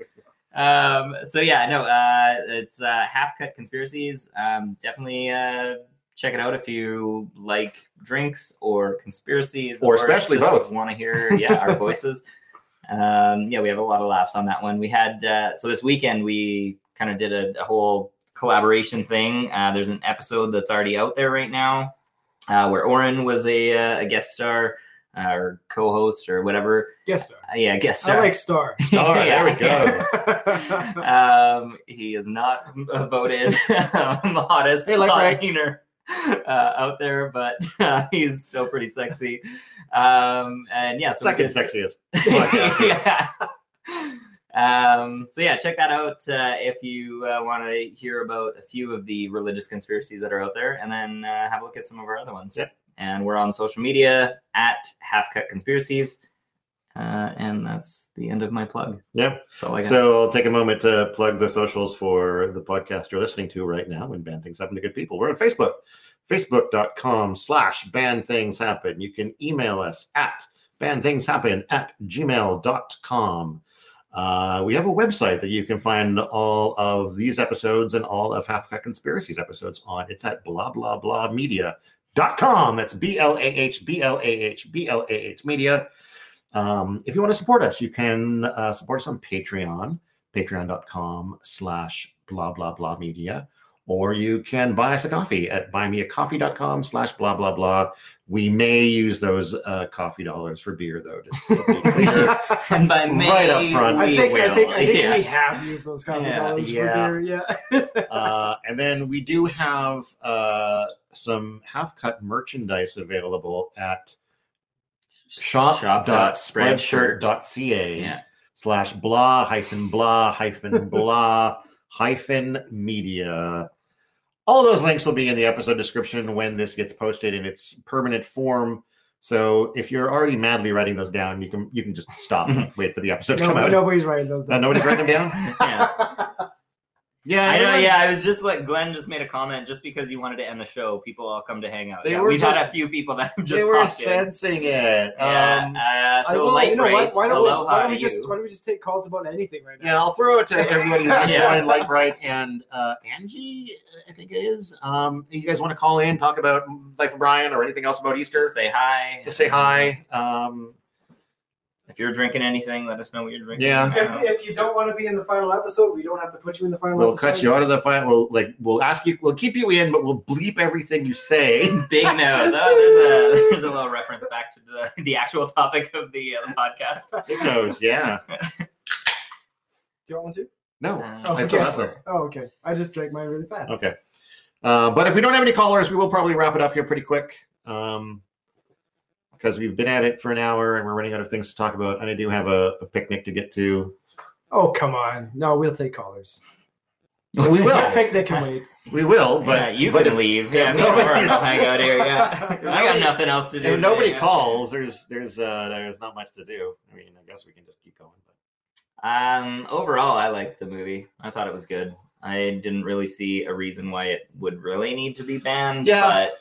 S1: Um, so yeah, no, uh, it's uh, half cut conspiracies. Um, definitely uh, check it out if you like drinks or conspiracies,
S2: Or especially both.
S1: Want to hear yeah
S2: <laughs>
S1: our voices. Um, yeah, we have a lot of laughs on that one. We had uh, so this weekend we kind of did a, a whole collaboration thing. Uh, there's an episode that's already out there right now uh, where Oren was a, uh, a guest star uh, or co-host or whatever.
S3: Guest star.
S1: Uh, yeah, guest star.
S3: I
S2: <laughs>
S3: like star.
S1: <laughs>
S2: All right,
S3: <laughs>
S2: there we go.
S3: I
S1: Um, he is not voted <laughs> hottest
S2: Hey, like Ray.
S1: podbeaner, uh, out there, but uh, he's still pretty sexy. Um, and yeah, so we
S2: Second
S1: did-
S2: sexiest.
S1: <laughs> yeah. Um, so yeah, check that out uh, if you uh, want to hear about a few of the religious conspiracies that are out there, and then uh, have a look at some of our other ones.
S2: Yep.
S1: And we're on social media at Half Cut Conspiracies, uh, and that's the end of my plug.
S2: Yeah.
S1: That's all I got.
S2: So I'll take a moment to plug the socials for the podcast you're listening to right now when Bad Things Happen to Good People. We're on Facebook, facebook.com slash Bad Things Happen. You can email us at badthingshappen at gmail.com. Uh, we have a website that you can find all of these episodes and all of Half Cut Conspiracies episodes on. It's at blah, blah, blah media.com. That's B L A H B L A H B L A H media. Um, if you want to support us, you can uh, support us on Patreon, patreon.com slash blah, blah, blah media. Or you can buy us a coffee at buymeacoffee.com slash blah, blah, blah. We may use those uh, coffee dollars for beer, though, just to be
S3: <laughs>
S2: clear.
S1: and by May,
S2: Right up front.
S1: we
S3: think, I
S1: will.
S3: think, I think
S1: yeah.
S3: we have used those kind
S1: Yeah.
S3: of dollars
S2: Yeah.
S3: for beer. Yeah.
S2: uh, and then we do have uh, some half-cut merchandise available at shop.spreadshirt.ca.
S1: Yeah.
S2: slash blah hyphen blah hyphen blah hyphen media. All those links will be in the episode description when this gets posted in its permanent form. So if you're already madly writing those down, you can you can just stop and wait for the episode to
S3: No,
S2: come out.
S3: nobody's writing those.
S2: Uh,
S3: down.
S2: nobody's writing
S3: <laughs>
S2: them down.
S1: yeah. I
S2: Yeah,
S1: know. <laughs>
S2: everyone's-
S1: Yeah, I was just like Glenn just made a comment. Just because you wanted to end the show, people all come to hang out.
S2: They
S1: yeah,
S2: were
S1: we've had
S2: just-
S1: a few people that have just
S2: They were
S1: popped in.
S2: sensing it. Um,
S1: <laughs> yeah. Uh,
S3: I
S1: so
S3: will-
S1: light
S3: you know
S1: rate.
S3: what? Why don't, we,
S1: aloha
S3: why don't we
S1: to
S3: just
S1: you.
S3: why don't we just take calls about anything right now?
S2: Yeah, I'll throw it to everybody who's
S1: Yeah.
S2: joined, like Bright and uh, Angie, I think it is. Um, you guys want to call in, talk about Life of Brian or anything else about Easter?
S1: Just say hi.
S2: Just say hi. Um,
S1: If you're drinking anything, let us know what you're drinking.
S2: Yeah.
S1: I
S3: <laughs>
S1: don't know.
S3: If, if you don't want to be in the final episode, we don't have to put you in the final.
S2: we'll
S3: episode.
S2: cut you out of the fight. We'll like we'll ask you. We'll keep you in, but we'll bleep everything you say. <laughs>
S3: <laughs>
S1: Big nose. Oh, there's a there's a little reference back to the the actual topic of the uh, podcast.
S3: <laughs>
S2: Who knows? Yeah.
S3: Do you want one too?
S2: No.
S1: Uh,
S2: I
S3: Oh, okay.
S2: still have some.
S3: Oh, okay. I just drank mine really fast.
S2: Okay. Uh, but if we don't have any callers, we will probably wrap it up here pretty quick. Um, because we've been at it for an hour and we're running out of things to talk about, and I do have a, a picnic to get to.
S3: Oh come on! No, we'll take callers.
S2: We will.
S3: <laughs> Your
S2: <laughs>
S3: Picnic can wait.
S2: We will, but
S1: yeah, you
S2: but
S1: can
S2: if,
S1: leave.
S2: yeah,
S1: Yeah, me and Laura
S2: <laughs> nobody's-
S1: will hang out here. Yeah, I got
S2: Nobody-
S1: nothing else to do.
S2: if
S1: today,
S2: nobody
S1: yeah.
S2: calls, there's there's uh there's not much to do. I mean, I guess we can just keep going.
S1: Um, overall, I liked the movie. I thought it was good. I didn't really see a reason why it would really need to be banned.
S2: Yeah.
S1: but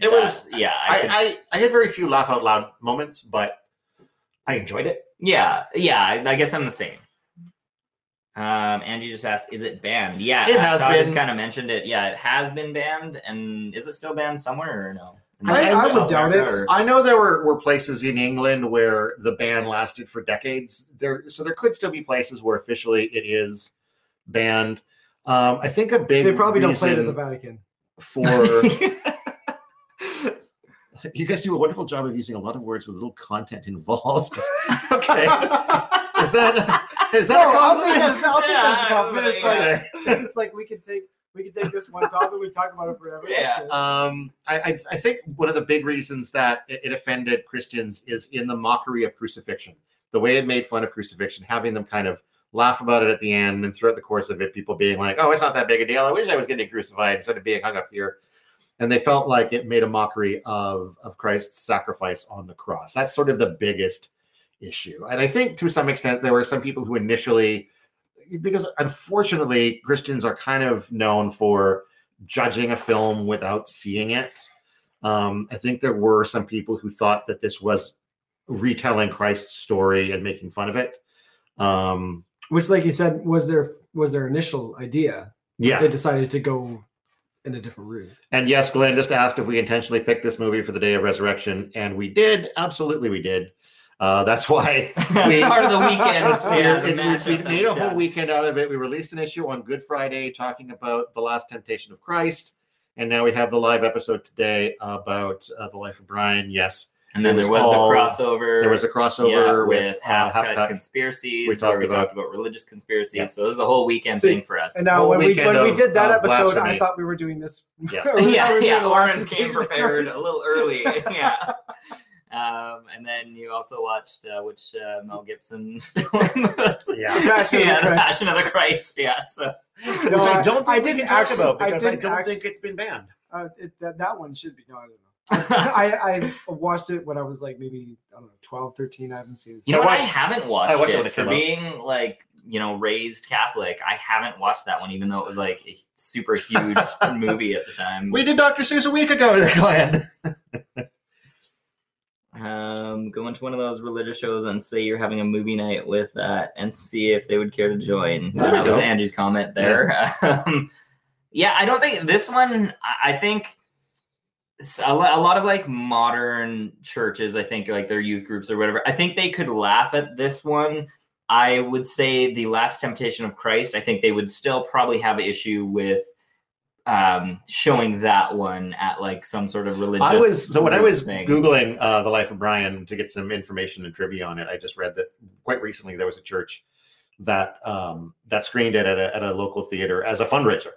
S2: It was-
S1: Yeah, I,
S2: I,
S1: could-
S2: I I had very few laugh out loud moments, but I enjoyed it.
S1: yeah, yeah. I- I guess I'm the same. Um, Angie just asked, "Is it banned?" Yeah,
S2: It has been.
S1: Kind of mentioned it. Yeah, it has been banned, and is it still banned somewhere or no?
S3: I-
S2: I would
S1: South
S3: doubt
S1: Africa
S3: it.
S1: or-
S2: I know there were, were places in England where the ban lasted for decades. There, so there could still be places where officially it is banned. Um, I think a big
S3: They probably don't play it at the
S2: reason
S3: Vatican. <laughs>
S2: for You guys do a wonderful job of using a lot of words with little content involved. <laughs> okay. Is that is that
S3: No,
S2: a
S3: I'll take
S2: compliment?
S3: that. I'll take that as a
S1: Yeah,
S3: compliment. It's
S1: yeah.
S3: like,
S2: Okay.
S3: <laughs> it's like we can take we can take
S1: <laughs>
S3: this one topic. We talk about it forever. That's
S1: Yeah.
S3: good.
S2: Um, I, I, I think one of the big reasons that it, it offended Christians is in the mockery of crucifixion, the way it made fun of crucifixion, having them kind of laugh about it at the end and throughout the course of it, people being like, "Oh, it's not that big a deal. I wish I was getting crucified instead of being hung up here." And they felt like it made a mockery of of Christ's sacrifice on the cross. That's sort of the biggest issue. And I think to some extent there were some people who initially, because unfortunately Christians are kind of known for judging a film without seeing it. Um, I think there were some people who thought that this was retelling Christ's story and making fun of it. Um,
S3: Which, like you said, was their was their initial idea.
S2: yeah,
S3: They decided to go in a different route.
S2: And yes, Glenn just asked if we intentionally picked this movie for the Day of Resurrection, and we did. Absolutely, we did. Uh, that's <laughs> why
S1: <laughs>
S2: we
S1: Part of the weekend.
S2: We-
S1: Oh, yeah, the
S2: it- we-
S1: mashup
S2: we
S1: that
S2: made a
S1: we
S2: whole
S1: did.
S2: weekend out of it. We released an issue on Good Friday talking about the Last Temptation of Christ, and now we have the live episode today about uh, the life of Brian. Yes,
S1: And then
S2: It was
S1: there was
S2: all-
S1: the crossover.
S2: there was a crossover
S1: yeah,
S2: with, uh,
S1: half
S2: Half Cut.
S1: conspiracies.
S2: We
S1: We
S2: talked
S1: where we
S2: about-
S1: talked about religious conspiracies.
S2: Yeah.
S1: So this is a whole weekend
S3: So-
S1: thing for us. <laughs>
S3: And now,
S2: Whole
S3: when we
S2: weekend
S3: when we
S2: of-
S3: did that
S2: of
S3: episode, I
S2: blasphemy.
S3: thought we were doing this. <laughs>
S2: Yeah.
S3: we thought we
S1: uh, yeah,
S3: were doing
S1: yeah.
S3: the last
S1: Lauren came
S3: occasion of <laughs>
S1: prepared
S3: ours.
S1: a little early. yeah. Um, and then you also watched uh, which uh, Mel Gibson <laughs> film?
S2: <laughs> yeah.
S3: Passion of the
S1: yeah, The
S3: Christ.
S1: Passion of the Christ. Yeah. So
S2: Which
S3: No,
S2: I
S3: I-
S2: don't think
S3: I
S2: we can
S3: didn't
S2: talk
S3: actually-
S2: about
S3: I
S2: because I,
S3: didn't
S2: don't
S3: actu-
S2: think it's been banned.
S3: Uh, it, that, that one should be. No,
S1: <laughs>
S3: I don't know. <laughs> I, I watched it when I was like maybe I don't know 12, 13. I haven't seen it. <laughs>
S1: you know
S2: I
S1: what? I
S2: watched-
S1: haven't watched,
S2: watched it
S1: it,
S2: when it
S1: for
S2: came out.
S1: being like you know raised Catholic. I haven't watched that one, even though it was like a super
S2: <laughs>
S1: huge movie at the time.
S2: We did Dr. Seuss a week ago, <laughs> Glenn.
S1: um, go into one of those religious shows and say you're having a movie night with uh, and see if they would care to join.
S2: There we
S1: that was
S2: go.
S1: Angie's comment there. Yeah. <laughs> Um, yeah, I don't think this one. I- I think s- a lo- a lot of like modern churches, I think like their youth groups or whatever. I think they could laugh at this one. I would say the Last Temptation of Christ. I think they would still probably have an issue with um showing that one at like some sort of religious
S2: I was so when I
S1: group
S2: was
S1: thing.
S2: googling uh, the life of Brian to get some information and trivia on it, I just read that quite recently there was a church that um, that screened it at a, at a local theater as a fundraiser,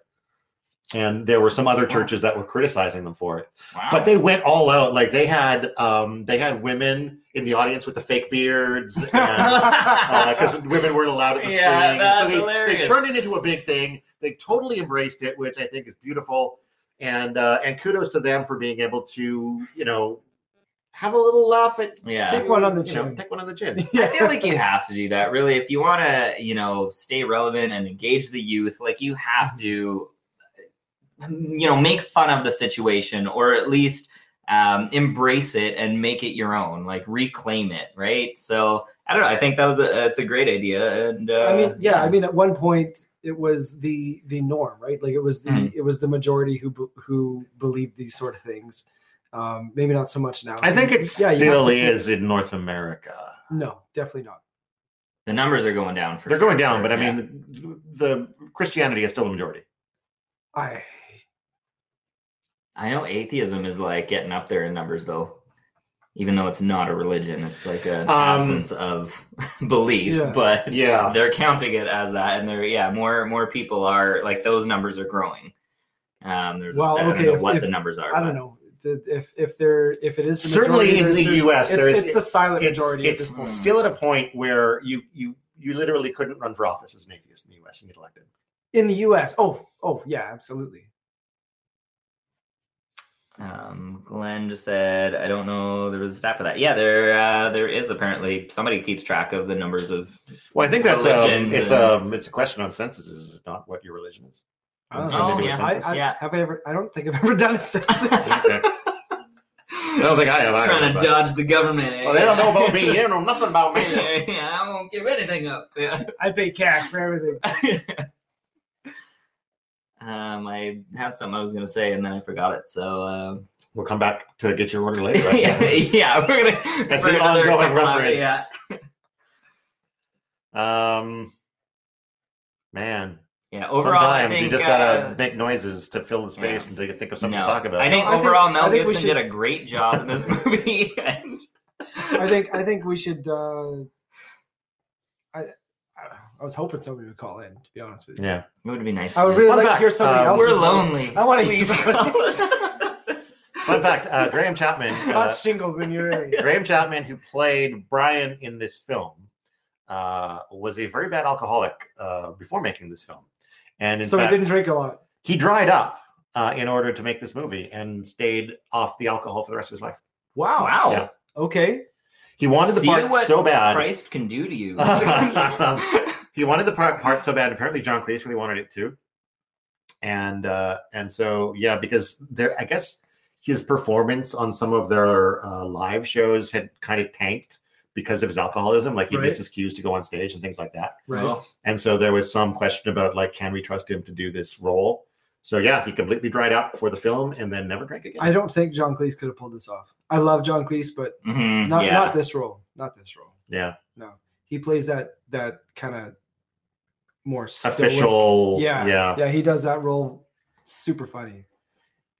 S2: and there were some other churches that were criticizing them for it.
S1: Wow.
S2: But they went all out; like they had um, they had women in the audience with the fake <laughs> beards. And,
S1: <laughs>
S2: because Uh, women weren't allowed at the
S1: Yeah,
S2: screening.
S1: that's
S2: so they, they
S1: hilarious.
S2: turned it into a big thing. They totally embraced it, which I think is beautiful. And uh, and kudos to them for being able to you know have a little laugh at
S1: yeah.
S3: Take one on the
S2: you know,
S3: chin.
S2: take one on the
S3: <laughs>
S2: chin.
S1: I feel like you have to do that, really. If you want to, you know, stay relevant and engage the youth, like you have to, you know, make fun of the situation or at least um, embrace it and make it your own, like reclaim it, right? So I don't know. I think that was a, it's a great idea, and uh,
S3: I mean, yeah, I mean, at one point it was the the norm, right? Like it was the
S1: Mhm.
S2: Mm-hmm.
S3: it was the majority who be- who believed these sort of things. Um, maybe not so much now.
S2: I
S3: So
S2: think
S3: you-
S2: it
S3: yeah, you have
S2: still
S3: to take-
S2: is in North America.
S3: No, definitely not.
S1: the numbers are going down for
S2: They're
S1: sure,
S2: going down, but I
S1: yeah.
S2: mean the Christianity is still the majority.
S3: I
S1: I know atheism is like getting up there in numbers, though. Even though it's not a religion, it's like an
S2: Um,
S1: absence of <laughs> belief.
S3: Yeah.
S1: But
S2: Yeah.
S1: they're counting it as that, and they're yeah, more more people are like those numbers are growing. Um, there's
S3: Well,
S1: a stat, I
S3: okay,
S1: don't know
S3: if-
S1: what
S3: if-
S1: the numbers are.
S3: I don't
S1: but-
S3: know The- if if there if it is the
S2: Certainly
S3: majority,
S2: in
S3: there's-
S2: the
S3: there's-
S2: US,
S3: it's,
S2: there is-
S3: it's the silent
S2: it's,
S3: majority.
S2: it's
S3: at this point.
S2: still at a point where you you you literally couldn't run for office as an atheist in the U.S. and get elected.
S3: in the U.S. Oh, oh yeah, absolutely.
S1: Um, Glenn just said, I don't know. There was a stat for that. Yeah, there uh, there is apparently somebody keeps track of the numbers
S2: <laughs>
S1: of.
S2: Well, I think that's um,
S1: Religions
S2: it's
S1: and-
S2: um, it's a question on censuses, is it not? What your religion <laughs> is?
S3: I don't
S2: And
S3: know.
S2: they do a
S1: yeah.
S3: I,
S2: census.
S3: I-
S1: Yeah.
S3: Have I ever? I don't think I've ever done a census. <laughs>
S2: Okay. I don't think I have. either,
S1: Trying to
S2: but-
S1: dodge the government. eh?
S2: Well, they don't know
S1: <laughs>
S2: about me. They don't know nothing about me.
S1: yeah, I won't give anything up. Yeah.
S3: I pay cash for everything.
S1: um, I had something I was gonna say and then I forgot it. So
S2: <laughs>
S1: um,
S2: We'll come back to get your order
S1: <laughs>
S2: later. I
S1: yeah,
S2: guess.
S1: yeah, we're gonna.
S2: That's
S1: for
S2: the
S1: another
S2: ongoing
S1: couple of-
S2: reference.
S1: Yeah,
S2: um, man.
S1: yeah. Overall, I
S2: sometimes
S1: think
S2: you just gotta
S1: uh,
S2: make noises to fill the space
S1: yeah.
S2: and to think of something
S1: no.
S2: to talk about.
S1: I think
S3: No, I think-
S1: overall,
S3: I
S1: Mel
S3: think we
S1: Gibson
S3: should-
S1: did a great job in
S2: <laughs>
S1: this movie. and <laughs>
S3: I think I think we should. Uh, I I I was hoping somebody would call in. To be honest with you,
S2: yeah.
S1: it would be nice.
S3: I
S1: to
S3: would
S1: just-
S3: really
S2: Fun
S3: like
S2: fact,
S3: to hear somebody
S2: uh,
S3: else.
S1: we're lonely.
S3: I wanna hear
S1: Please
S3: somebody-
S1: call us.
S2: Fun fact: uh, Graham Chapman. uh,
S3: Not shingles in your area.
S2: Graham Chapman, who played Brian in this film, uh, was a very bad alcoholic uh, before making this film, and <laughs> in
S3: so
S2: fact,
S3: he didn't drink a lot.
S2: he dried up uh, in order to make this movie and stayed off the alcohol for the rest of his life.
S1: <laughs>
S3: Wow.
S1: wow.
S2: Yeah.
S3: Okay.
S2: He wanted the
S1: See
S2: part
S1: what
S2: so bad.
S1: Christ can do to
S2: <laughs>
S1: you. <laughs>
S2: he wanted the part, part so bad. Apparently, John Cleese really wanted it too. And uh, and so yeah, because there, I guess his performance on some of their uh, live shows had kind of tanked because of his alcoholism. Like he
S3: Right.
S2: misses cues to go on stage and things like that.
S3: Right.
S1: Well,
S2: And so there was some question about like, can we trust him to do this role? So yeah, he completely dried up for the film and then never drank again.
S3: I don't think John Cleese could have pulled this off. I love John Cleese, but
S2: Mm,
S1: mhm,
S3: not
S1: yeah.
S3: not this role. Not this role.
S2: yeah,
S3: No, he plays that that kind of more stoic-
S2: official. uh,
S3: Yeah,
S2: yeah,
S3: yeah. He does that role super funny.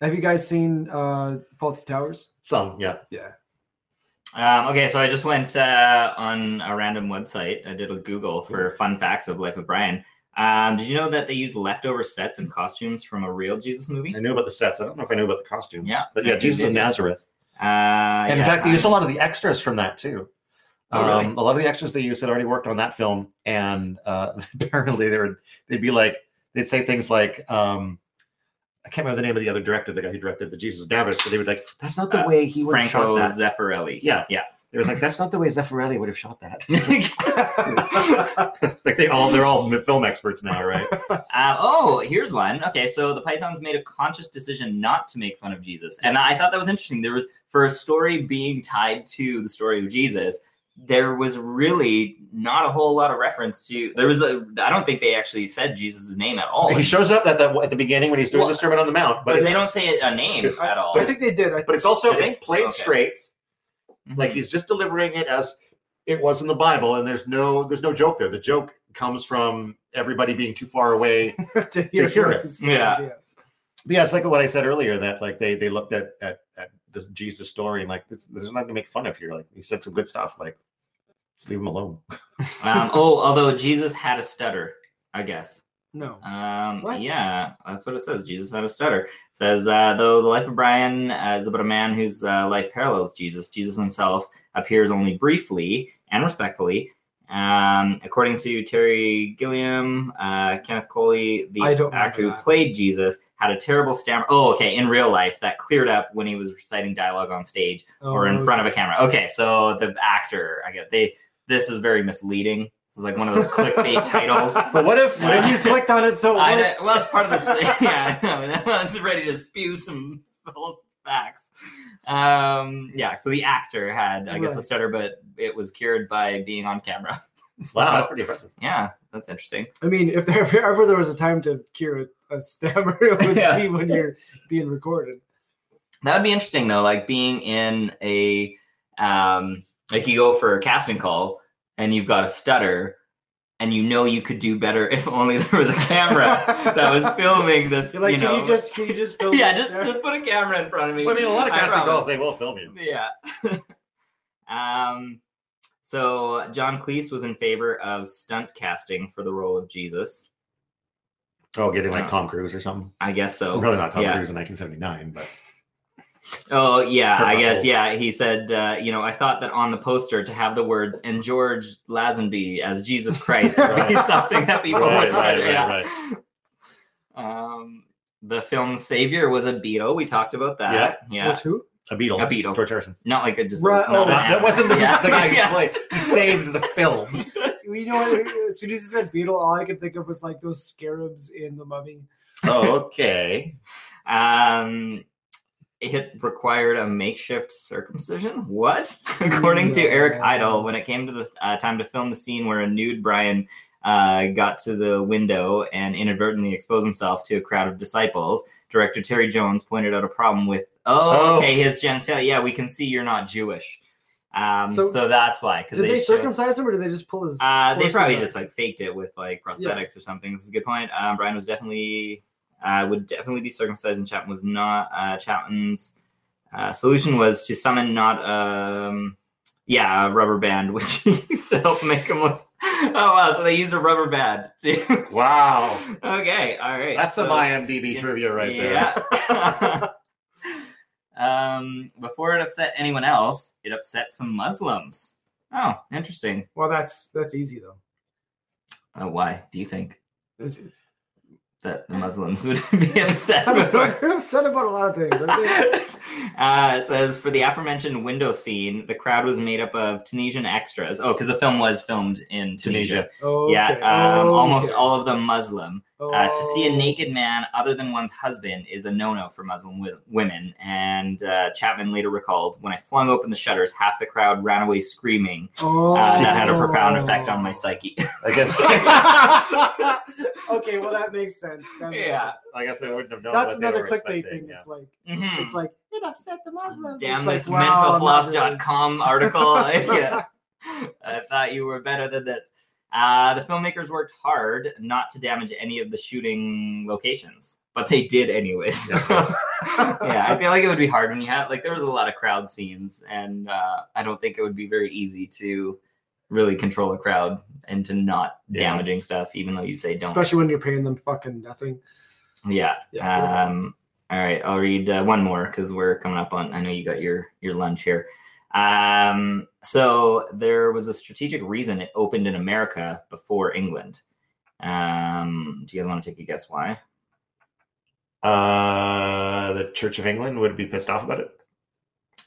S3: Have you guys seen uh Faulty Towers?
S2: some. Yeah,
S3: Yeah,
S1: Um, okay, so I just went uh, on a random website. I did a Google for fun facts of Life of Brian. Um, did you know that they used leftover sets and costumes from a real Jesus movie?
S2: I knew about the sets. I don't know if I knew about the costumes.
S1: Yeah.
S2: but yeah, Jesus of Nazareth.
S1: Uh, and
S2: And in fact, they used a lot of the extras from that too.
S1: Oh, really?
S2: Um, a lot of the extras they used had already worked on that film, and uh, <laughs> apparently they would they'd be like they'd say things like um, I can't remember the name of the other director, the guy who directed the Jesus of Nazareth, but they would like that's not the
S1: Uh,
S2: way he would have shot
S1: Franco
S2: that.
S1: Zeffirelli.
S2: Yeah.
S1: yeah.
S2: It was like that's not the way Zeffirelli would have shot <laughs>
S1: <laughs>
S2: that. like they all they're all film experts now, <laughs> right?
S1: Uh, oh, here's one. Okay, so the Pythons made a conscious decision not to make fun of Jesus, and I thought that was interesting. There was for a story being tied to the story of Jesus, there was really not a whole lot of reference to. There was a. I don't think they actually said Jesus' name at all.
S2: he shows up at the at the beginning when he's doing
S1: Well,
S2: the Sermon on the Mount, but,
S1: but
S2: it's,
S1: they don't say a name
S2: it's-
S1: at all.
S3: I think they did. I
S2: But it's also
S1: Do they?
S2: it's played
S1: Okay.
S2: straight.
S1: Mhm.
S2: like he's just delivering it as it was in the bible and there's no there's no joke there the joke comes from everybody being too far <laughs> away
S1: <laughs>
S2: but
S3: think to
S2: to hear
S3: what
S2: it.
S3: he's saying,
S1: Yeah.
S2: yeah it's like what i said earlier that like they they looked at at, at this jesus story and like this, there's nothing to make fun of here like he said some good stuff like just leave him alone
S1: um, oh, although Jesus had a stutter, I guess.
S3: No.
S1: Um,
S3: What?
S1: Yeah, that's what it says. Jesus had a stutter. It says, uh, though the life of Brian uh, is about a man whose uh, life parallels Jesus, Jesus himself appears only briefly and respectfully. Um, according to Terry Gilliam, uh, Kenneth Coley, the
S3: I don't
S1: actor who
S3: remember that.
S1: played Jesus, had a terrible stammer. Oh, okay, in real life, that cleared up when he was reciting dialogue on stage or
S3: Um, Oh,
S1: in front of a camera. Okay, so the actor, I get they. This is very misleading. This is like one of those
S3: <laughs>
S1: clickbait titles.
S2: <laughs> but what if what
S3: But
S1: <laughs>
S2: if
S3: if
S2: you
S3: you clicked on it, so it
S1: I
S3: worked.
S1: don't- well, part of
S3: <laughs>
S1: this. <laughs> Yeah, I was ready to spew some false facts. Um, yeah, so the actor had, I guess, a
S3: Right.
S1: stutter, but it was cured by being on camera. <laughs> So,
S2: wow that's pretty impressive
S1: yeah, that's interesting.
S3: I mean, if there if ever there was a time to cure a, a stammer, <laughs> it would
S1: Yeah.
S3: be when you're being recorded.
S1: That would be interesting though, like being in a um like you go for a casting call and you've got a stutter and you know you could do better <laughs> if only there was a camera that
S3: <laughs>
S1: was filming this.
S3: You're like,
S1: you
S3: can
S1: know,
S3: you just can you just film?
S1: <laughs> Yeah,
S3: it?"
S1: just just put a camera in front of me.
S2: Well, i mean a lot of casting
S1: promise.
S2: calls they will film you
S1: <laughs> Yeah. um, so John Cleese was in favor of stunt casting for the role of Jesus.
S2: oh getting like
S1: Wow.
S2: tom cruise or something
S1: I guess so.
S2: probably not tom
S1: yeah.
S2: cruise in 1979 but
S1: Oh yeah,
S2: Kurt
S1: I guess
S2: Russell.
S1: yeah. He said, uh, you know, I thought that on the poster to have the words "and George Lazenby as Jesus Christ" would be
S2: <laughs> Right.
S1: something that people
S2: Oh, Right,
S1: would
S2: right,
S1: right, yeah.
S2: right,
S1: Um, the film Savior was a Beatle. We talked about that. Yeah,
S3: Was who?
S2: a beetle
S1: A Beatle.
S2: george harrison
S1: not like a just
S3: Right,
S1: not
S3: oh,
S1: an
S2: That- that
S1: animal.
S2: wasn't the,
S1: Yeah.
S2: <laughs> the guy
S1: <laughs>
S2: who
S1: Yeah.
S2: played. He saved the film.
S3: You know, what? as soon as he said beetle, all I could think of was like those scarabs in the mummy.
S2: Oh, okay. <laughs>
S1: Um, it required a makeshift circumcision. What? <laughs> According to Eric
S3: Yeah.
S1: Idle, when it came to the uh, time to film the scene where a nude Brian uh, got to the window and inadvertently exposed himself to a crowd of disciples, director Terry Jones pointed out a problem with, oh,
S2: Oh.
S1: okay, his genitalia. Yeah, we can see you're not Jewish. Um, so,
S3: So-
S1: that's why. Because
S3: Did they,
S1: showed-
S3: circumcise him or did they just pull his?
S1: uh, they
S3: foreskin
S1: probably
S3: back?
S1: just like faked it with like prosthetics or something. This is a good point. Um, Brian was definitely uh, would definitely be circumcised, and Chapman was not. Uh, Chapman's uh, solution was to summon not um, yeah, a rubber band, <laughs> which he used to help make him look. <laughs> Oh wow! So they used a rubber band. too. <laughs>
S2: Wow.
S1: okay. All right.
S2: That's
S1: so,
S2: some IMDb
S1: yeah.
S2: trivia right there. <laughs>
S1: Yeah. <laughs> um, before it upset anyone else, it upset some Muslims. Oh, interesting.
S3: Well, that's that's easy though.
S1: <laughs> Uh, why do you think?
S3: It's-
S1: that the Muslims <laughs> would be
S3: <laughs>
S1: upset.
S3: I don't know.
S1: about.
S3: They're upset about a lot of things. aren't they?
S1: uh, it says for the aforementioned window scene, the crowd was made up of Tunisian extras. Oh, because the film was filmed in Tunisia.
S2: Tunisia.
S3: Oh,
S1: <laughs>
S3: okay.
S1: Yeah, um, almost
S3: Okay.
S1: all of them Muslim. Uh, to see a
S3: Oh.
S1: naked man other than one's husband is a no-no for Muslim wi- women. And uh, Chapman later recalled, "When I flung open the shutters, half the crowd ran away screaming.
S3: Oh.
S1: Uh, that had a profound effect on my psyche." <laughs>
S2: I guess. <laughs>
S3: okay, well that makes sense. That makes
S1: yeah.
S3: sense.
S2: I guess they wouldn't have known.
S3: that's
S2: what they
S3: another
S2: were
S3: clickbait
S2: expecting,
S3: thing.
S2: yeah. Mm.
S3: It's like
S1: Mhm.
S3: it's like it upset the Muslims.
S1: Damn
S3: it's
S1: this
S3: like, wow, not really. <laughs>
S1: mentalfloss.com article. <laughs> yeah. I thought you were better than this. Uh, the filmmakers worked hard not to damage any of the shooting locations, but they did anyways.
S2: Yeah, of course.
S1: <laughs> yeah, I feel like it would be hard when you have like there was a lot of crowd scenes, and uh, I don't think it would be very easy to really control a crowd and to not
S2: Yeah.
S1: damaging stuff, even though you say don't.
S3: Especially when you're paying them fucking nothing.
S1: yeah.
S3: Uh, Yeah.
S1: Um, all right, I'll read uh, one more because we're coming up on. I know you got your your lunch here. Um, so there was a strategic reason it opened in America before England. Um, do you guys want to take a guess why?
S2: Uh, the Church of England would be pissed off about it.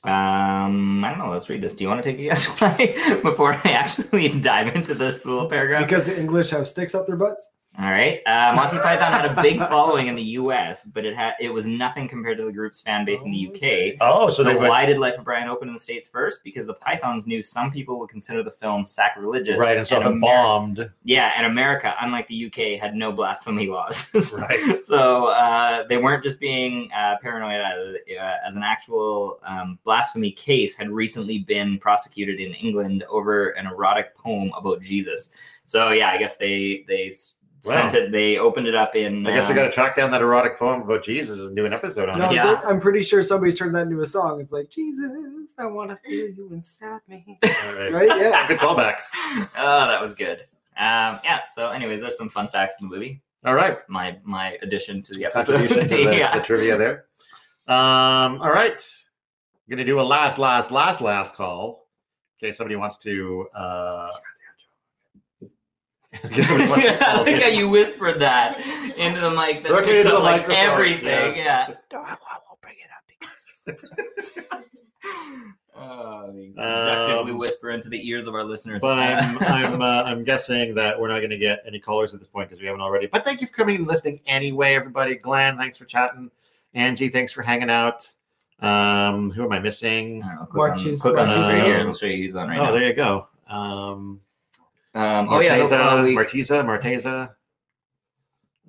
S1: Um, I don't know. Let's read this. Do you want to take a guess <laughs> why before I actually <laughs> dive into this little paragraph?
S3: Because the English have sticks up their butts.
S1: All right. Uh, Monty Python had a big following in the U.S., but it had it was nothing compared to the group's fan base in the U.K.
S2: Oh,
S1: so, why did Life of Brian open in the states first? Because the Pythons knew some people would consider the film sacrilegious.
S2: right, and so if it
S1: Ameri-
S2: bombed,
S1: Yeah, and America, unlike the UK, had no blasphemy laws. <laughs>
S2: Right.
S1: So uh, they weren't just being uh, paranoid. uh, Uh, as an actual um, blasphemy case had recently been prosecuted in England over an erotic poem about Jesus. So yeah, I guess they they s
S2: Wow.
S1: sent it. They opened it up in.
S2: I guess we
S1: um,
S2: got to track down that erotic poem about Jesus and do an episode on
S3: No,
S2: it.
S1: Yeah.
S3: they- I'm pretty sure somebody's turned that into a song. It's like Jesus, I want to feel you inside me.
S2: All <laughs> right. <laughs>
S3: Right? Yeah.
S2: Good callback.
S1: <laughs> oh, that was good. Um, yeah. So, anyways, there's some fun facts in the movie.
S2: All right.
S1: That's my my addition to the episode.
S2: Contribution <laughs> to the,
S1: yeah.
S2: the trivia there. Um, all right. I'm going to do a last, last, last, last call. Okay, somebody wants to. <laughs> Uh...
S1: <laughs>
S2: somebody wants <laughs> to
S1: I
S2: call
S1: like how
S2: in.
S1: you whispered that into the mic. That
S2: Directly
S1: picks
S2: into
S1: up,
S2: the
S1: like
S2: microphone,
S1: everything. Yeah. <laughs> Oh, we subjectively
S2: Um,
S1: whisper into the ears of our listeners. <laughs>
S2: But <laughs> I'm I'm uh, I'm guessing that we're not going to get any callers at this point because we haven't already. But thank you for coming and listening anyway, everybody. Glenn, thanks for chatting. Angie, thanks for hanging out. Um, who am I missing?
S1: I don't know, click
S3: Marchese-
S1: on, click on this
S2: Marchese
S1: right here.
S2: Row.
S1: It'll show you who's on right
S2: oh, there you go. Um,
S1: now. Um, oh yeah,
S2: Marteza,
S1: no, we-
S2: Marteza, Marteza.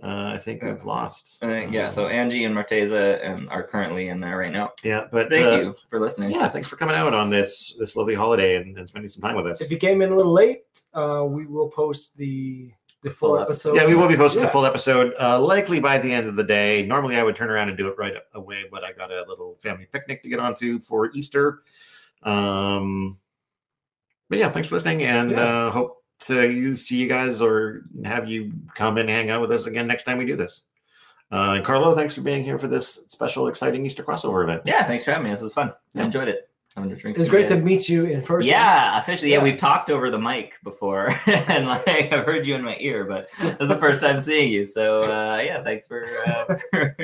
S2: Uh, I think we've lost. Um,
S1: uh, yeah. So Angie and Marteza and are currently in there right now.
S2: yeah, but
S1: Thank
S2: uh,
S1: you for listening.
S2: Yeah, thanks for coming out on this this lovely holiday and, and spending some time with us.
S3: If you came in a little late, uh, we will post the the full
S1: Full up.
S3: episode.
S2: yeah, we will be posting
S3: Yeah.
S2: the full episode uh, likely by the end of the day. Normally, I would turn around and do it right away, but I got a little family picnic to get onto for Easter. Um, but yeah, thanks for listening, and
S3: Yeah.
S2: uh, hope to you- see you guys or have you come and hang out with us again next time we do this. Uh, and Carlo, thanks for being here for this special, exciting Easter crossover event.
S1: Yeah, thanks for having me. This was fun. I
S2: Yeah.
S1: enjoyed it. Having a drink.
S3: It's
S1: with
S3: great
S1: you
S3: to
S1: guys.
S3: meet you in person.
S1: Yeah, officially. Yeah,
S3: Yeah.
S1: we've talked over the mic before, <laughs> and like I've heard you in my ear, but this is the first time seeing you. So uh, yeah, thanks for, uh, <laughs> for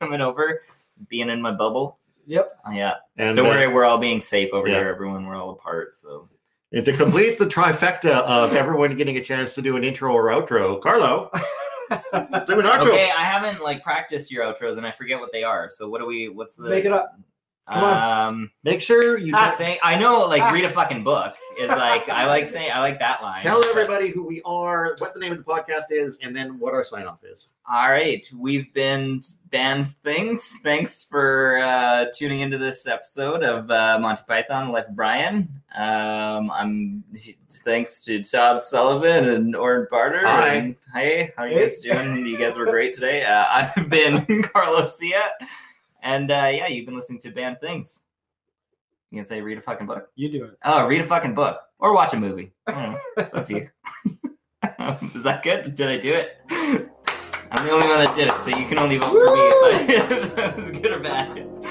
S1: coming over, being in my bubble.
S3: Yep.
S1: Yeah,
S2: And
S1: don't
S2: uh,
S1: worry, we're all being safe over
S2: yeah.
S1: here. Everyone, we're all apart. So
S2: and to complete the trifecta of everyone getting a chance to do an intro or outro,
S3: <laughs>
S2: Carlo, let's do an outro.
S1: okay, I haven't like practiced your outros, and I forget what they are. So what do we? What's the?
S3: Make it up. come on.
S1: Um,
S2: Make sure you
S3: Ah,
S2: don't
S1: thing- I know, like
S3: Ah.
S1: read a fucking book is like I like saying I like that line.
S2: Tell
S1: but-
S2: everybody who we are, what the name of the podcast is, and then what our sign off is.
S1: All right, we've been banned things. Thanks for uh, tuning into this episode of uh, Monty Python Life of Brian. Um, I'm thanks to Todd Sullivan and Oren Barter.
S2: Hi.
S1: And, hey, how are you guys doing? You guys were great today. Uh, <laughs> I've been Carlos Sia, and uh, yeah, you've been listening to Banned Things. You can say read a fucking book.
S3: <laughs> You do it.
S1: Oh, read a fucking book or watch a movie. I don't know. It's <laughs> up to you. Is that good? Did I do it? <laughs> I'm the only one that did it, so you can only vote for me if, I, if that was good or bad. Um,